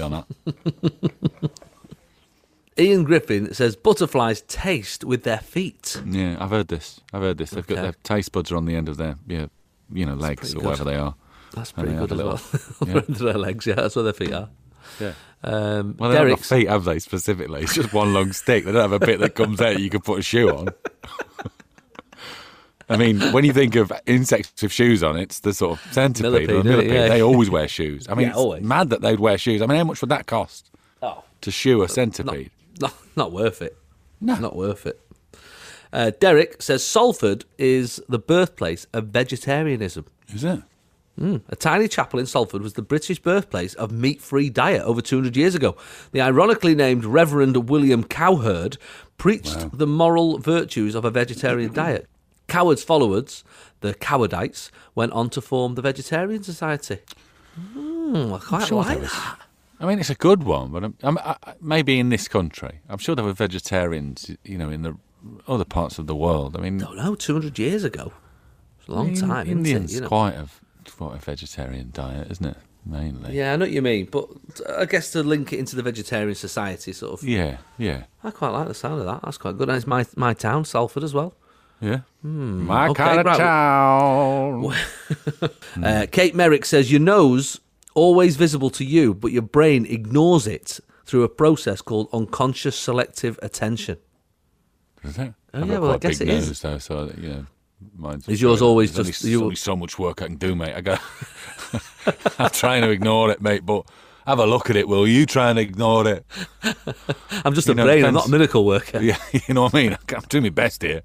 D: on that.
C: Ian Griffin says butterflies taste with their feet.
D: yeah, I've heard this. I've heard this. They've got
C: Okay.
D: their taste buds are on the end of their yeah, you know,
C: pretty
D: legs or
C: good.
D: whatever they are.
C: That's
D: And
C: pretty
D: they
C: good as
D: have a
C: well.
D: little-
C: Under their legs, yeah, that's where their feet are.
D: Yeah.
C: Um,
D: Well, they don't have
C: Derek's-
D: feet, have they? Specifically, it's just one long stick. They don't have a bit that comes out you can put a shoe on. I mean, when you think of insects with shoes on, it's the sort of centipede
C: Millipede,
D: or
C: isn't it?
D: millipede.
C: Yeah.
D: They always wear shoes. I mean,
C: Yeah,
D: it's
C: always.
D: mad that they'd wear shoes. I mean, how much would that cost
C: Oh,
D: to shoe a
C: not,
D: centipede?
C: not, not worth it.
D: No.
C: Not worth it. Uh, Derek says Salford is the birthplace of vegetarianism.
D: Is it?
C: A tiny chapel in Salford was the British birthplace of meat free diet over 200 years ago. The ironically named Reverend William Cowherd preached the moral virtues of a vegetarian diet. Coward's followers, the Cowardites, went on to form the Vegetarian Society. Hmm, I quite
D: sure
C: like
D: there was-
C: that.
D: I mean, it's a good one, but I'm, I'm, I, I- maybe in this country, I'm sure there were vegetarians, you know, in the other parts of the world. I mean,
C: don't know, 200 years ago. It's a long
D: in-
C: time. isn't it,
D: Indians
C: you know?
D: quite a quite a vegetarian diet, isn't it? Mainly.
C: Yeah, I know what you mean, but I guess to link it into the vegetarian society, sort of.
D: Yeah. Yeah.
C: I quite like the sound of that. That's quite good. And it's my my town, Salford, as well.
D: Yeah. My
C: Hmm, okay,
D: kind of
C: right.
D: town.
C: Uh, Kate Merrick says your nose always visible to you, but your brain ignores it through a process called unconscious selective attention.
D: Is it?
C: Oh,
D: I've
C: yeah,
D: got
C: well, I
D: quite a
C: guess
D: big
C: it is.
D: nose, though, so that, you know, mine's.
C: Is yours always
D: There's
C: just-
D: only,
C: you-
D: there's only so much work I can do, mate? I go. I'm trying to ignore it, mate, but have a look at it, will you? Try and ignore it.
C: I'm just
D: You
C: a
D: know,
C: brain. I'm
D: depends-
C: not a miracle worker.
D: Yeah, you know what I mean. I am doing my best here.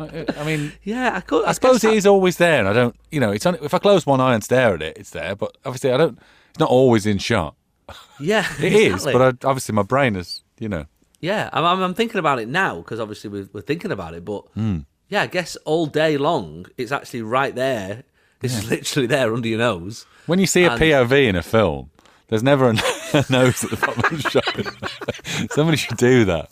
D: I, I mean,
C: Yeah, I could.
D: I suppose
C: guess
D: it is always there, and I don't. You know, it's on, if I close one eye and stare at it, it's there. But obviously, I don't. It's not always in shot.
C: that- Yeah,
D: It is, but I, obviously, my brain is. You know,
C: yeah, I'm, I'm, I'm thinking about it now because obviously we're, we're thinking about it. But
D: Hmm.
C: yeah, I guess all day long it's actually right there. It's literally there under your nose.
D: When you see a
C: And-
D: POV in a film, there's never a a nose at the bottom of the shot. Somebody should do that.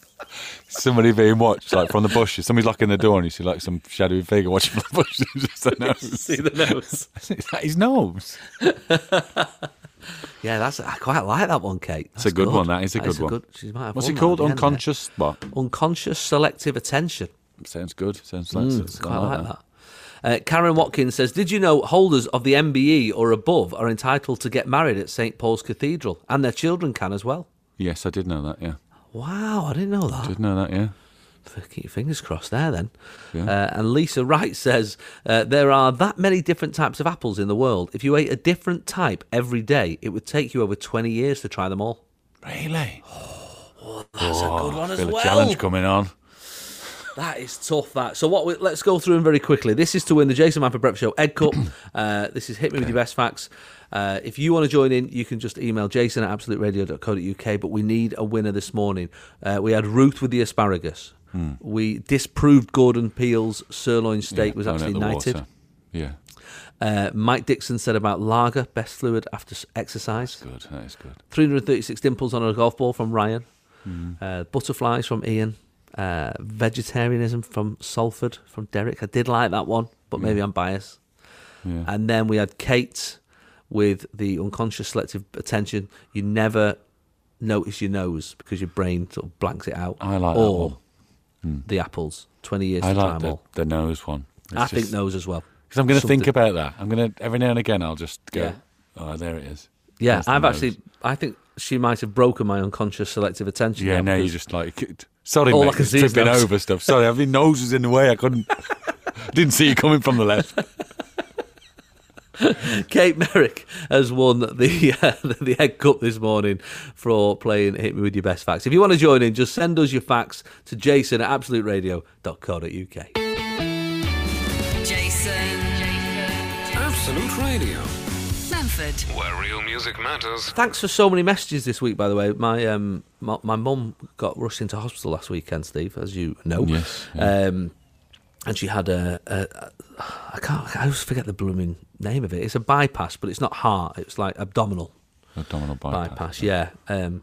D: Somebody being watched, like from the bushes. Somebody's locking the door, and you see like some shadowy figure watching from the bushes. It's their nose.
C: See the nose.
D: Is that his nose?
C: Yeah, that's I quite like that one, Kate. That's
D: a good one, that is a good one.
C: she might have
D: What's
C: won
D: it
C: that
D: called?
C: at the end there.
D: Unconscious. What?
C: Unconscious selective attention.
D: Sounds good. Sounds like, sounds
C: Mm, Quite
D: like
C: like that. Uh, Karen Watkins says, "Did you know holders of the MBE or above are entitled to get married at St Paul's Cathedral, and their children can as well?"
D: Yes, I did know that. Yeah,
C: Wow, I didn't know that.
D: did know that. Yeah.
C: F- Keep your fingers crossed there then.
D: Yeah.
C: Uh, and Lisa Wright says uh, there are that many different types of apples in the world. If you ate a different type every day, it would take you over 20 years to try them all.
D: Really?
C: That's a good one
D: Oh, Feel a challenge coming on.
C: That is tough. That. So what? We, let's go through them very quickly. This is to win the Jason Manford Prep Show Ed Cup. uh, this is hit me with your best facts. Uh, if you want to join in, you can just email Jason at absoluteradio.co.uk. But we need a winner this morning. Uh, we had Ruth with the asparagus.
D: Hmm.
C: We disproved Gordon Peel's sirloin steak was
D: Going out
C: actually
D: the
C: knighted.
D: water. Yeah,
C: Uh, Mike Dixon said about lager, best fluid after s- exercise.
D: good. That is good.
C: 336 dimples on a golf ball from Ryan.
D: Hmm.
C: Uh, butterflies from Ian. Uh, vegetarianism from Salford, from Derek. I did like that one, but maybe
D: Hmm.
C: I'm biased.
D: Yeah.
C: And then we had Kate with the unconscious selective attention. You never notice your nose because your brain sort of blanks it out.
D: I like that
C: or
D: one. Hmm.
C: the apples. 20 years
D: I
C: to
D: like
C: time
D: the,
C: all.
D: the nose one. It's
C: I think
D: just-
C: those as well.
D: Because I'm going to think
C: Something.
D: about that. I'm going to every now and again. I'll just go.
C: Yeah.
D: Oh, there it is.
C: Yeah,
D: There's the
C: I've
D: nose.
C: actually, I think she might have broken my unconscious selective attention.
D: Yeah,
C: now
D: now you
C: because-
D: just like. Sorry,
C: All I
D: mate.
C: can
D: it's
C: see is
D: tripping
C: nose.
D: over stuff. Sorry, I mean, nose was in the way. I couldn't. didn't see you coming from the left.
C: Kate Merrick has won the uh, the Egg Cup this morning for playing Hit Me With Your Best Facts. If you want to join in, just send us your facts to jason at absoluteradio.co.uk.
A: Jason.
F: Absolute Radio,
A: Manford.
F: where real music matters.
C: Thanks for so many messages this week, by the way. My um, my my mum got rushed into hospital last weekend, Steve, as you know.
D: Yes,
C: Um, and she had a, a, a I can't I always forget the blooming name of it. It's a bypass, but it's not heart. It's like abdominal.
D: Abdominal bypass.
C: bypass. Yeah, um,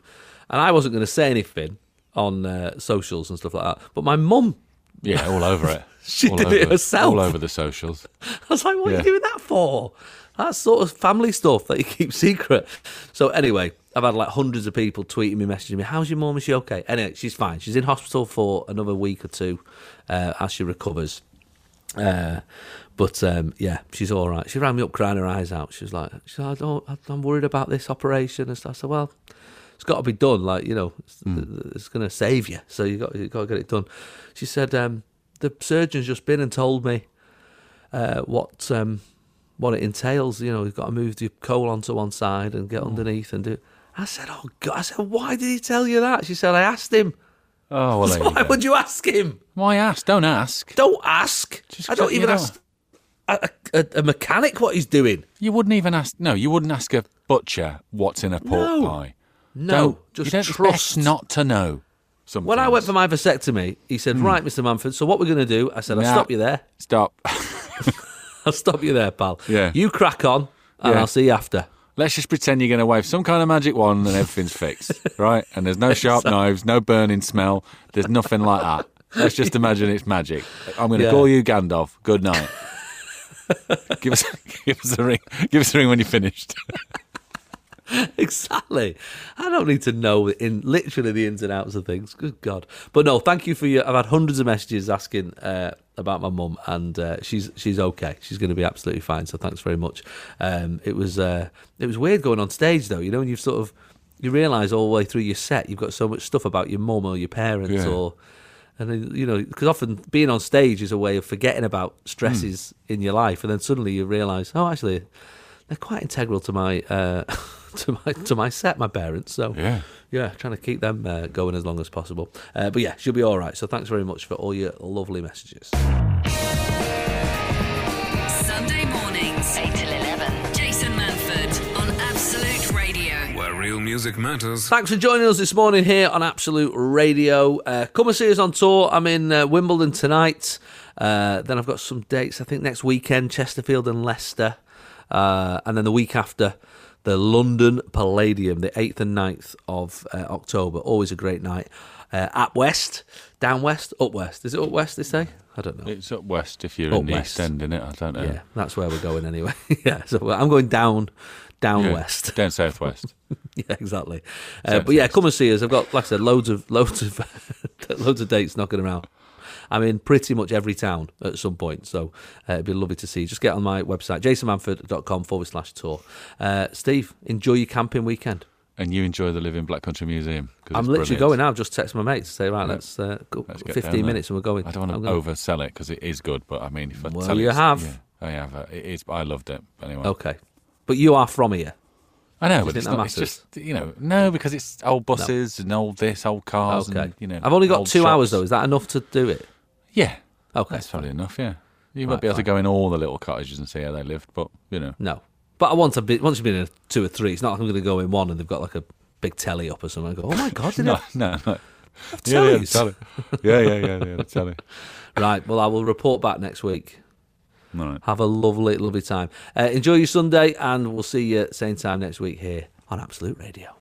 C: and I wasn't going to say anything on uh, socials and stuff like that. But my mum,
D: Yeah, all over it.
C: She
D: all
C: did
D: over,
C: it herself.
D: All over the socials.
C: I was like, "What are
D: Yeah.
C: you doing that for?" That's sort of family stuff that you keep secret. So anyway, I've had like hundreds of people tweeting me, messaging me, "How's your mum? Is she okay?" Anyway, she's fine. She's in hospital for another week or two uh, as she recovers. Uh, but um, yeah, she's all right. She rang me up crying her eyes out. She was like, she's like, I don't, I- I'm worried about this operation. And stuff. I said, well, it's got to be done. Like, you know, it's, it's going to save you. So you got, you got to get it done. She said, um, the surgeon's just been and told me uh, what um, what it entails. You know, you've got to move the coal onto one side and
D: Mm.
C: get underneath and do. I said, oh God! I said, why did he tell you that? She said, I asked him.
D: Oh well, there you
C: Why
D: go.
C: would you ask him?
D: Why ask? Don't ask.
C: Don't ask.
D: Just
C: I don't
D: cut- you
C: even
D: know.
C: ask a, a, a mechanic what he's doing.
D: You wouldn't even ask. No, you wouldn't ask a butcher what's in a pork
C: No.
D: pie.
C: No,
D: Don't-
C: just
D: you don't, it's
C: trust.
D: best not to know. Sometimes.
C: When I went for my vasectomy, he said,
D: Hmm.
C: "Right, Mr. Manford. So what we're going to do?" I said, "I'll
D: Nah.
C: stop you there.
D: stop.
C: I'll stop you there, pal.
D: Yeah.
C: You crack on, and
D: Yeah.
C: I'll see you after."
D: Let's just pretend you're going to wave some kind of magic wand and everything's fixed, right? And there's no sharp knives, no burning smell. There's nothing like that. Let's just imagine it's magic. I'm going to
C: Yeah.
D: call you Gandalf. Good night. give us, give us a ring. Give us a ring when you're finished.
C: exactly. I don't need to know in literally the ins and outs of things. Good God! But no, thank you for your. I've had hundreds of messages asking uh, about my mum, and uh, she's she's okay. She's going to be absolutely fine. So thanks very much. Um, it was uh, it was weird going on stage though. You know, and you've sort of you realise all the way through your set you've got so much stuff about your mum or your parents
D: Yeah.
C: or. And then, you know, because often being on stage is a way of forgetting about stresses in your life, and then suddenly you realise, oh, actually, they're quite integral to my uh, to my to my set, my parents. So
D: Yeah.
C: yeah, trying to keep them uh, going as long as possible. Uh, but yeah, she'll be all right. So thanks very much for all your lovely messages.
A: Sunday mornings, 8 till 11. Jason Manford on Absolute Radio.
F: Where real music matters.
C: Thanks for joining us this morning here on Absolute Radio. Uh, come and see us on tour. I'm in uh, Wimbledon tonight. Uh, then I've got some dates. I think next weekend, Chesterfield and Leicester. Uh, and then the week after, the London Palladium, the 8th and 9th of uh, October. Always a great night. Uh, up west, down west, up west. Is it up west, they say? I don't know.
D: It's up west if you're
C: Up
D: in the
C: west.
D: East End, innit? I don't know.
C: Yeah, that's where we're going anyway. yeah, so well, I'm going down, down
D: Yeah.
C: west.
D: Down southwest.
C: yeah, exactly. Uh,
D: Sounds
C: but yeah,
D: nice.
C: come and see us. I've got, like I said, loads of loads of loads of dates knocking around. I'm in pretty much every town at some point, so uh, it'd be lovely to see. you. Just get on my website, jasonmanford.com forward slash tour. Uh, Steve, enjoy your camping weekend.
D: and you enjoy the Living Black Country Museum. 'cause
C: I'm
D: it's
C: literally
D: brilliant.
C: going now. I've just texted my mate to say, right,
D: Yeah.
C: let's uh, go
D: Let's get
C: 15
D: down there.
C: minutes and we're going.
D: I don't
C: I'm
D: want to
C: going.
D: oversell it because it is good, but I mean, if I
C: Well,
D: tell
C: you
D: it's-
C: have.
D: yeah, I have. uh, It is. I loved it. but Anyway,
C: Okay, but you are from here.
D: I know, but
C: think
D: it's
C: that
D: not. It's
C: matters?
D: just you know, no, because it's old buses and old this, old cars,
C: Okay,
D: and you know.
C: I've only got
D: old
C: two hours though.
D: shops.
C: Is that enough to do it?
D: Yeah.
C: Okay,
D: That's probably enough. Yeah. You won't
C: Right,
D: be able
C: fine.
D: to go in all the little cottages and see how they lived, but you know.
C: No. But I want to be, once you've been in a two or three, it's not like I'm going to go in one and they've got like a big telly up or something. I go, oh my God, did
D: No,
C: it?
D: no, no. Yeah, yeah, the
C: tellies.
D: telly. yeah, yeah, yeah, yeah, the telly.
C: Right. Well, I will report back next week.
D: All right.
C: Have a lovely, lovely time. Uh, enjoy your Sunday and we'll see you same time next week here on Absolute Radio.